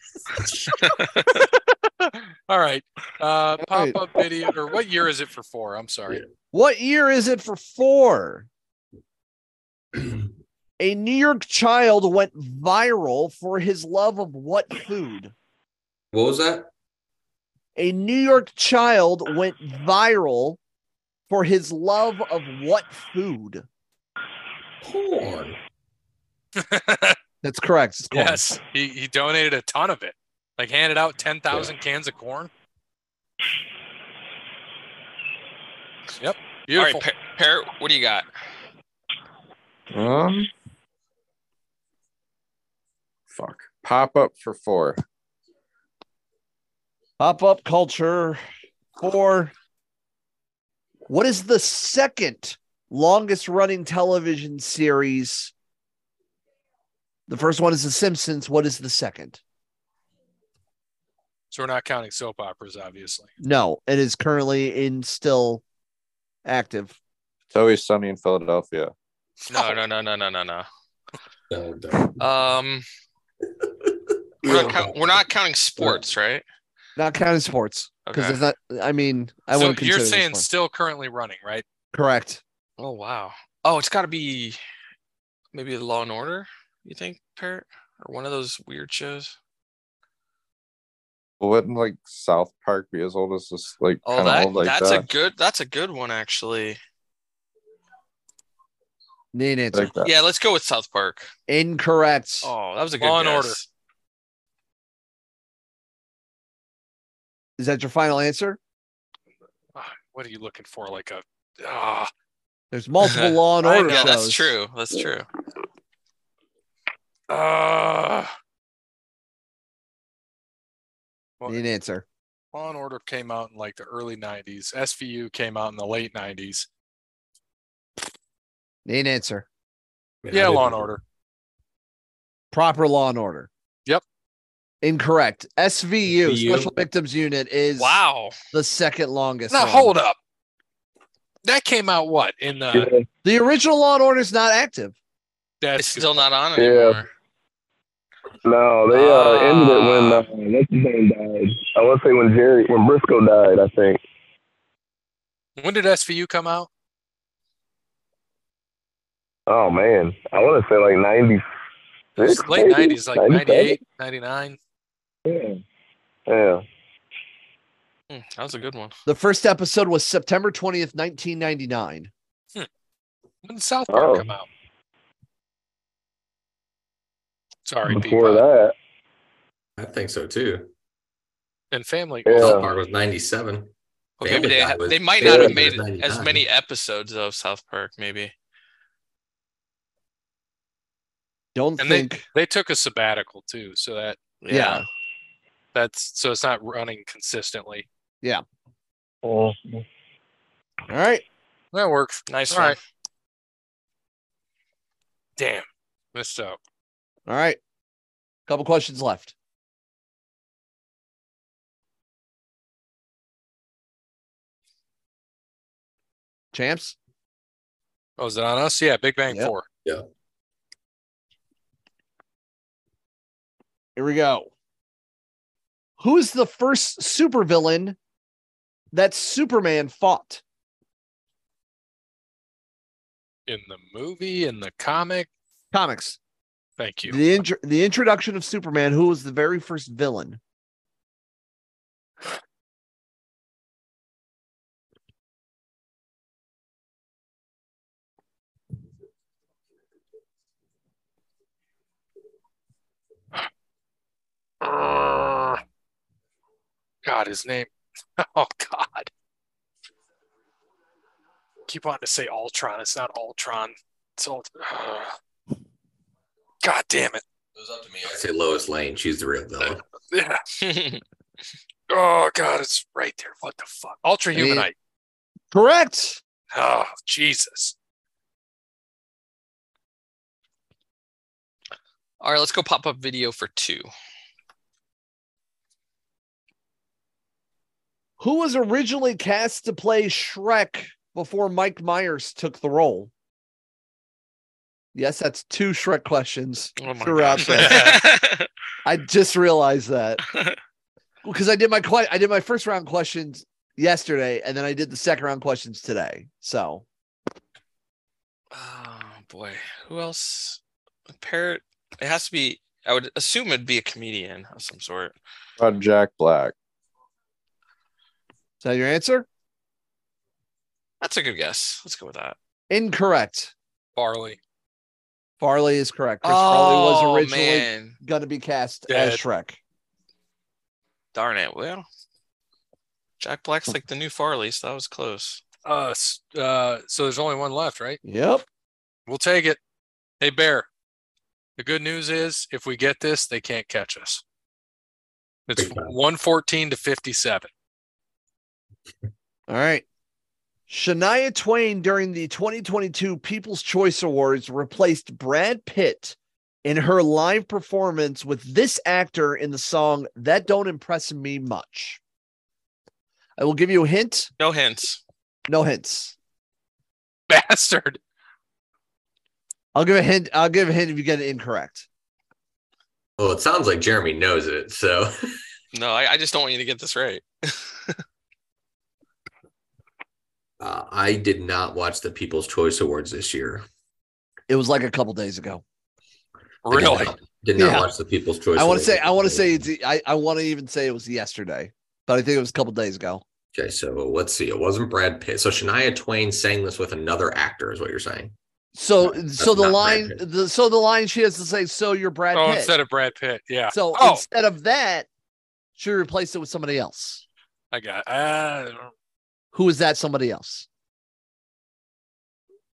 Speaker 1: All right. Uh,
Speaker 3: Right.
Speaker 1: pop up video or what year is it for four? I'm sorry.
Speaker 5: What year is it for four? A New York child went viral for his love of what food?
Speaker 2: What was that?
Speaker 5: A New York child went viral for his love of what food?
Speaker 2: Porn.
Speaker 5: That's correct. It's corn.
Speaker 1: yes. He, he donated a ton of it. Like handed out 10,000 cans of corn. Yep.
Speaker 4: All right,
Speaker 1: Beautiful.
Speaker 4: Par- Parrot, what do you got?
Speaker 3: Um, fuck. Pop up for four.
Speaker 5: Pop up culture four. What is the second longest running television series? The first one is The Simpsons. What is the second?
Speaker 1: so we're not counting soap operas, obviously.
Speaker 5: No, it is currently in still active.
Speaker 3: It's always sunny in Philadelphia.
Speaker 1: Oh.
Speaker 4: No, no, no, no, no, no, no.
Speaker 2: No, don't.
Speaker 4: Um, we're not, count- we're not counting sports, right?
Speaker 5: Not counting sports because
Speaker 4: Okay.
Speaker 5: it's not. I mean, I
Speaker 1: so
Speaker 5: wouldn't
Speaker 1: you're
Speaker 5: consider this
Speaker 1: saying
Speaker 5: one.
Speaker 1: still currently running, right?
Speaker 5: correct.
Speaker 4: Oh wow. Oh, it's got to be maybe Law and Order. You think Parrot or one of those weird shows?
Speaker 3: Wouldn't like South Park be as old as this? Like,
Speaker 4: Oh,
Speaker 3: kinda
Speaker 4: that
Speaker 3: old like
Speaker 4: that's a
Speaker 3: that?
Speaker 4: good that's a good one actually.
Speaker 5: Need an answer.
Speaker 3: like that.
Speaker 4: Yeah, let's go with South Park.
Speaker 5: Incorrect.
Speaker 4: Oh, that was a good
Speaker 1: Law
Speaker 4: one.
Speaker 1: and Order.
Speaker 5: Is that your final answer?
Speaker 1: Ah, What are you looking for? Like a. ah.
Speaker 5: There's multiple Law and
Speaker 1: I
Speaker 5: Order
Speaker 4: Yeah,
Speaker 5: shows.
Speaker 4: that's true. That's true.
Speaker 1: Uh,
Speaker 5: Need an answer.
Speaker 1: Law and Order came out in like the early 90s. SVU came out in the late 90s.
Speaker 5: Need an answer.
Speaker 2: Man, I
Speaker 1: Yeah, Law
Speaker 2: didn't-
Speaker 1: and Order.
Speaker 5: Proper Law and Order.
Speaker 1: Yep.
Speaker 5: Incorrect. SVU,
Speaker 2: SVU.
Speaker 5: Special Victims Unit, is
Speaker 4: Wow.
Speaker 5: the second longest.
Speaker 1: Now
Speaker 5: one.
Speaker 1: hold up. That came out what in the?
Speaker 7: yeah,
Speaker 5: The original Law and Order is not active.
Speaker 4: It's
Speaker 1: That's
Speaker 4: still not on
Speaker 7: Yeah.
Speaker 4: anymore.
Speaker 6: No, they uh, ended it when
Speaker 4: Ah.
Speaker 6: uh, what's his name died. I want to say when Jerry, when Briscoe died, I think.
Speaker 1: when did SVU come out?
Speaker 6: Oh man, I want to say like ninety
Speaker 1: It was
Speaker 6: six,
Speaker 1: late nineties, like 98, 99.
Speaker 6: Yeah, yeah.
Speaker 4: Hmm, that was a good one.
Speaker 5: The first episode was September 20th, 1999.
Speaker 1: When did South Park
Speaker 6: Oh.
Speaker 1: come out? Sorry, people.
Speaker 6: Before that,
Speaker 2: I think so too.
Speaker 1: and family.
Speaker 6: Yeah.
Speaker 2: South Park was 97.
Speaker 4: Okay,
Speaker 2: Family
Speaker 4: but they,
Speaker 2: Guy was-
Speaker 4: they might
Speaker 2: Family
Speaker 4: not have
Speaker 2: Guy was
Speaker 4: made as
Speaker 2: 99.
Speaker 4: many episodes of South Park, maybe.
Speaker 5: Don't
Speaker 1: And
Speaker 5: think.
Speaker 1: They took a sabbatical too, so that
Speaker 5: yeah.
Speaker 1: that's so it's not running consistently.
Speaker 7: Oh,
Speaker 5: All right.
Speaker 1: That works.
Speaker 4: Nice
Speaker 1: All
Speaker 4: one.
Speaker 1: right. Damn, missed out.
Speaker 5: All right. Couple questions left. Champs.
Speaker 1: Oh, is it on us? Yeah, Big Bang
Speaker 5: Yep.
Speaker 1: Four.
Speaker 5: Here we go. Who's the first supervillain that Superman fought?
Speaker 1: in the movie in the comic.
Speaker 5: Comics.
Speaker 1: Thank you.
Speaker 5: The intro- the introduction of Superman. Who was the very first villain?
Speaker 1: Uh, God, his name. Oh God. Keep wanting to say Ultron. It's not Ultron. It's Ult- Ugh. God damn it.
Speaker 2: It was up to me. I say Lois Lane. She's the real villain.
Speaker 1: Yeah. Oh God, it's right there. What the fuck? Ultra
Speaker 5: Any-
Speaker 1: humanite.
Speaker 5: Correct.
Speaker 1: Oh Jesus.
Speaker 4: All right, let's go pop up video for two.
Speaker 5: Who was originally cast to play Shrek before Mike Myers took the role? Yes, that's two Shrek questions.
Speaker 4: Oh my
Speaker 5: Throughout
Speaker 4: gosh.
Speaker 5: I just realized that because I did my que- I did my first round questions yesterday, and then I did the second round questions today. So
Speaker 4: oh boy, who else? A parrot. It has to be. I would assume it'd be a comedian of some sort.
Speaker 3: About Jack Black.
Speaker 5: is that your answer?
Speaker 4: That's a good guess. Let's go with that.
Speaker 5: Incorrect.
Speaker 1: Barley.
Speaker 5: Farley is correct. Chris Farley was originally
Speaker 4: Oh, man.
Speaker 5: going to be cast
Speaker 1: Dead.
Speaker 5: as Shrek.
Speaker 4: Darn it. Well, Jack Black's
Speaker 1: Hmm.
Speaker 4: like the new Farley, so that was close.
Speaker 1: Uh, s- uh, so there's only one left, right?
Speaker 5: Yep.
Speaker 1: We'll take it. Hey Bear. The good news is if we get this, they can't catch us. It's
Speaker 2: Big time.
Speaker 1: 114 to 57.
Speaker 5: All right. Shania Twain during the 2022 People's Choice Awards replaced Brad Pitt in her live performance with this actor in the song That Don't Impress Me Much. I will give you a hint.
Speaker 4: No hints.
Speaker 5: No hints.
Speaker 1: Bastard.
Speaker 5: I'll give a hint. I'll give a hint if you get it incorrect.
Speaker 2: Well, it sounds like Jeremy knows it. So
Speaker 4: No, I, I just don't want you to get this right.
Speaker 2: uh, I did not watch the People's Choice Awards this year.
Speaker 5: It was like a couple days ago.
Speaker 2: I did
Speaker 1: Really?
Speaker 2: not- Did not
Speaker 5: Yeah.
Speaker 2: watch the People's Choice.
Speaker 5: I want
Speaker 2: Awards.
Speaker 5: to say. I want to say. It's, I. I want to even say it was yesterday, but I think it was a couple days ago.
Speaker 2: Okay, so let's see. It wasn't Brad Pitt. So Shania Twain sang this with another actor, is what you're saying.
Speaker 5: So.
Speaker 2: That's
Speaker 5: so the
Speaker 2: not Brad
Speaker 5: line.
Speaker 2: Pitt.
Speaker 5: The, so the line she has to say. So you're Brad
Speaker 1: Oh,
Speaker 5: Pitt.
Speaker 1: instead of Brad Pitt. Yeah.
Speaker 5: So
Speaker 1: Oh.
Speaker 5: instead of that, she replaced it with somebody else.
Speaker 1: I got uh,
Speaker 5: Who is that somebody else?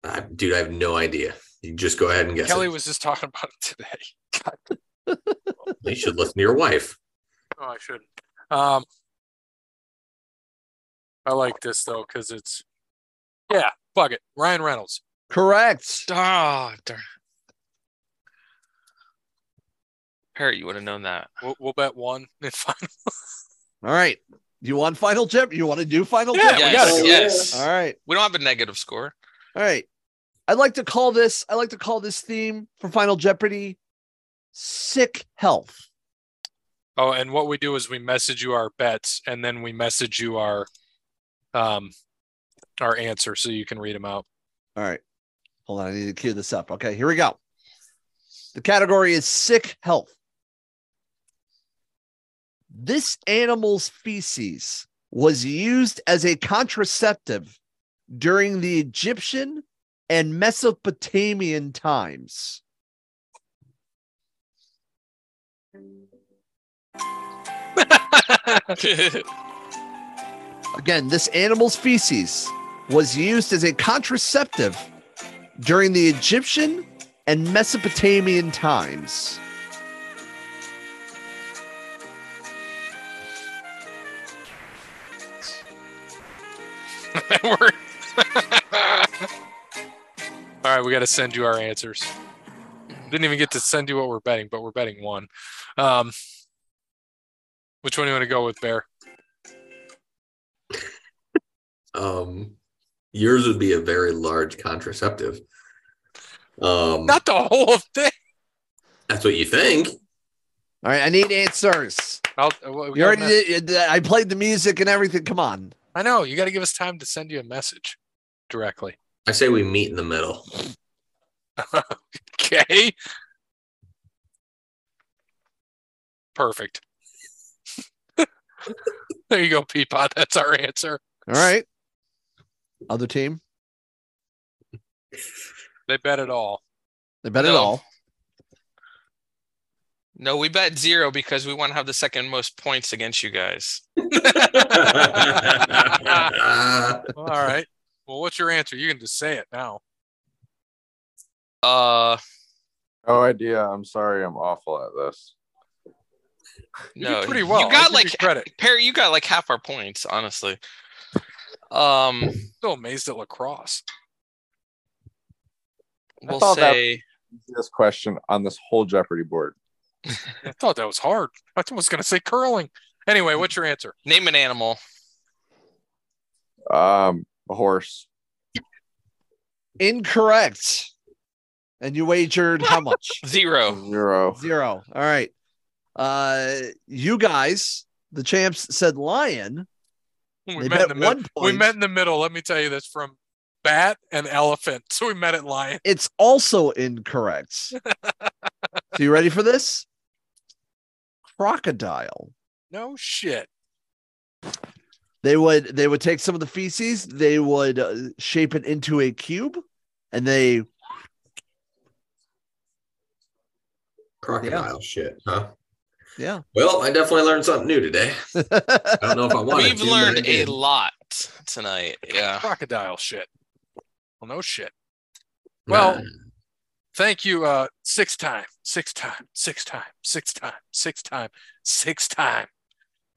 Speaker 2: Uh, dude, I have no idea. You just go ahead and guess.
Speaker 1: Kelly
Speaker 2: it.
Speaker 1: was just talking about it today.
Speaker 2: you should listen to your wife.
Speaker 1: Oh, I shouldn't. Um, I like this though because it's yeah, fuck it. Ryan Reynolds.
Speaker 5: Correct.
Speaker 4: Oh, darn. Harry, you would have known that.
Speaker 1: We'll, we'll bet one in final.
Speaker 5: All right. You want final tip? You want to do final
Speaker 1: Yeah,
Speaker 5: tip?
Speaker 1: we
Speaker 4: yes,
Speaker 1: gotta
Speaker 2: do it.
Speaker 4: yes.
Speaker 5: All right.
Speaker 4: We don't have a negative score.
Speaker 5: All right. I like to call this, I like to call this theme for Final Jeopardy sick health.
Speaker 1: Oh, and what we do is we message you our bets and then we message you our um our answer so you can read them out.
Speaker 5: All right. Hold on. I need to cue this up. Okay. Here we go. The category is sick health. This animal's feces was used as a contraceptive during the Egyptian and Mesopotamian times. Again, this animal's feces was used as a contraceptive during the Egyptian and Mesopotamian times.
Speaker 1: We're- All right, we got to send you our answers. Didn't even get to send you what we're betting, but we're betting one. Um, which one do you want to go with, Bear?
Speaker 2: Um, yours would be a very large contraceptive. Um,
Speaker 1: Not the whole thing.
Speaker 2: that's what you think.
Speaker 5: All right, I need answers.
Speaker 1: I'll, well, we
Speaker 5: You
Speaker 1: got a
Speaker 5: already
Speaker 1: mess-
Speaker 5: did, I played the music and everything. Come on.
Speaker 1: I know. You got to give us time to send you a message directly.
Speaker 2: I say we meet in the middle.
Speaker 1: Okay. Perfect. there you go, Peapod. That's our answer.
Speaker 5: All right. Other team,
Speaker 1: They bet it all.
Speaker 5: they bet it
Speaker 4: No.
Speaker 5: all.
Speaker 4: no, we bet zero because we want to have the second most points against you guys.
Speaker 1: All right. Well, what's your answer? You can just say it now.
Speaker 4: Uh,
Speaker 3: No idea. I'm sorry. I'm awful at this.
Speaker 1: You
Speaker 4: no,
Speaker 1: did pretty well.
Speaker 4: You
Speaker 1: I
Speaker 4: got
Speaker 1: give
Speaker 4: like
Speaker 1: credit.
Speaker 4: Perry. You got like half our points, honestly. Um,
Speaker 1: Still amazed at lacrosse.
Speaker 4: we'll
Speaker 3: thought that-
Speaker 4: say
Speaker 3: This question on this whole Jeopardy board.
Speaker 1: I thought that was hard. I was going to say curling. Anyway, what's your answer?
Speaker 4: name an animal.
Speaker 3: Um, a horse.
Speaker 5: Incorrect. And you wagered how much?
Speaker 4: Zero.
Speaker 3: Zero.
Speaker 5: Zero. All right. Uh, you guys, the champs said lion.
Speaker 1: We
Speaker 5: They
Speaker 1: met in
Speaker 5: bet
Speaker 1: the middle.
Speaker 5: one
Speaker 1: We
Speaker 5: point.
Speaker 1: met in the middle. Let me tell you this from bat and elephant. So we met at lion.
Speaker 5: It's also incorrect. so you ready for this? Crocodile.
Speaker 1: No shit.
Speaker 5: They would they would take some of the feces, they would uh, shape it into a cube, and they
Speaker 2: Crocodile shit, huh?
Speaker 5: Yeah.
Speaker 2: Well, I definitely learned something new today. I don't know if I wanted
Speaker 4: We've
Speaker 2: to, but I
Speaker 4: learned a
Speaker 2: did.
Speaker 4: lot tonight. Yeah.
Speaker 1: Crocodile shit. Well, no shit. Well, thank you. Uh, six time, six time, six time, six time, six time, six time.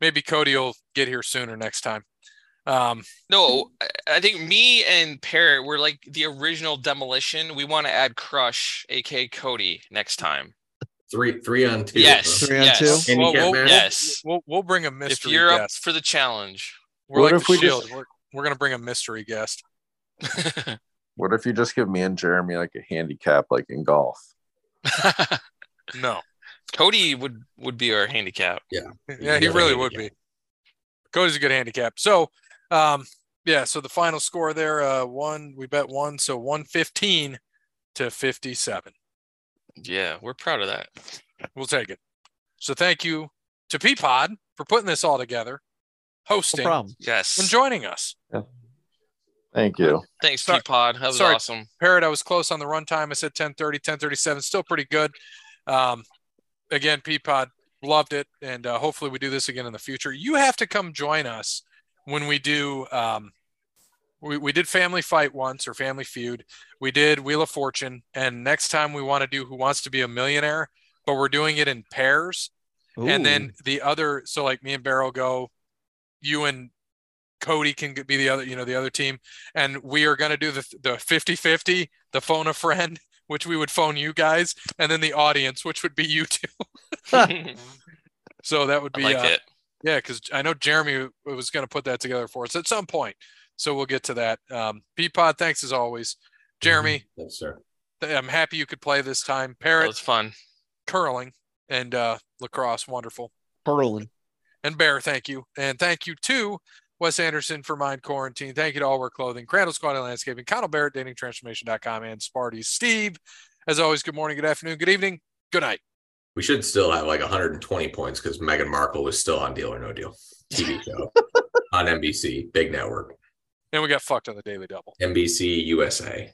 Speaker 1: Maybe Cody will get here sooner next time. Um,
Speaker 4: No, I- I think me and Parrot were like the original demolition. We want to add Crush, aka Cody, next time.
Speaker 2: three three on two.
Speaker 4: yes.
Speaker 5: Three on
Speaker 4: yes.
Speaker 5: two?
Speaker 1: we'll,
Speaker 2: Handicap
Speaker 1: we'll,
Speaker 2: match?
Speaker 4: Yes.
Speaker 1: we'll, we'll bring a
Speaker 4: If
Speaker 1: mystery
Speaker 4: you're up
Speaker 1: guest.
Speaker 4: for the challenge,
Speaker 1: We're
Speaker 3: What
Speaker 1: like
Speaker 3: if
Speaker 1: the
Speaker 3: we just-
Speaker 1: shield. We're, we're gonna bring a mystery guest.
Speaker 3: What if you just give me and Jeremy like a handicap, like in golf?
Speaker 1: No,
Speaker 4: Cody would would be our handicap.
Speaker 1: yeah, he
Speaker 2: got a
Speaker 1: really would be.
Speaker 2: handicap.
Speaker 1: Cody's a good handicap. So, um, yeah. So the final score there, uh, one we bet one, so one fifteen to fifty seven.
Speaker 4: Yeah, we're proud of that.
Speaker 1: We'll take it. So thank you to Peapod for putting this all together,
Speaker 5: no
Speaker 1: hosting,
Speaker 5: problem.
Speaker 4: Yes.
Speaker 1: and joining us.
Speaker 3: Thank you.
Speaker 4: Thanks,
Speaker 1: Sorry-
Speaker 4: Peapod. That was
Speaker 1: sorry.
Speaker 4: awesome.
Speaker 1: Parrot, I was close on the runtime. I said 1030, 1037, still pretty good. Um, again, Peapod loved it. And uh, hopefully we do this again in the future. You have to come join us when we do. Um, we, we did Family Fight once or Family Feud. We did Wheel of Fortune. And next time we want to do Who Wants to Be a Millionaire, but we're doing it in pairs. and then the other so like me and Barrel go you and Cody can be the other you know the other team and we are going to do the the 50-50 the phone a friend which we would phone you guys and then the audience which would be you two
Speaker 4: I
Speaker 1: so that would be
Speaker 4: like
Speaker 1: uh,
Speaker 4: it.
Speaker 1: yeah, because I know Jeremy was going to put that together for us at some point so we'll get to that um Peapod thanks as always
Speaker 4: Mm-hmm.
Speaker 1: Jeremy
Speaker 2: Yes, sir.
Speaker 1: th- I'm happy you could play this time
Speaker 4: That
Speaker 1: Parrot
Speaker 4: was fun.
Speaker 1: curling and uh lacrosse wonderful
Speaker 5: Berlin.
Speaker 1: and Bear, thank you. And thank you to Wes Anderson for Mind Quarantine. Thank you to All Wear Clothing, Crandall's Quality Landscaping, Connell Barrett, datingtransformation.com, and Sparty Steve. As always, good morning, good afternoon, good evening, good night.
Speaker 2: We should still have like 120 points because Meghan Markle is still on Deal or No Deal TV show on NBC, big network,
Speaker 1: And we got fucked on the Daily Double.
Speaker 2: NBC USA.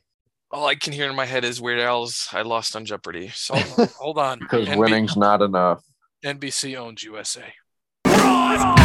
Speaker 4: All I can hear in my head is Weird Al's "I Lost on Jeopardy." So
Speaker 1: Hold on.
Speaker 3: Because
Speaker 1: NB-
Speaker 3: winning's not enough.
Speaker 1: NBC owns USA.
Speaker 9: drive on!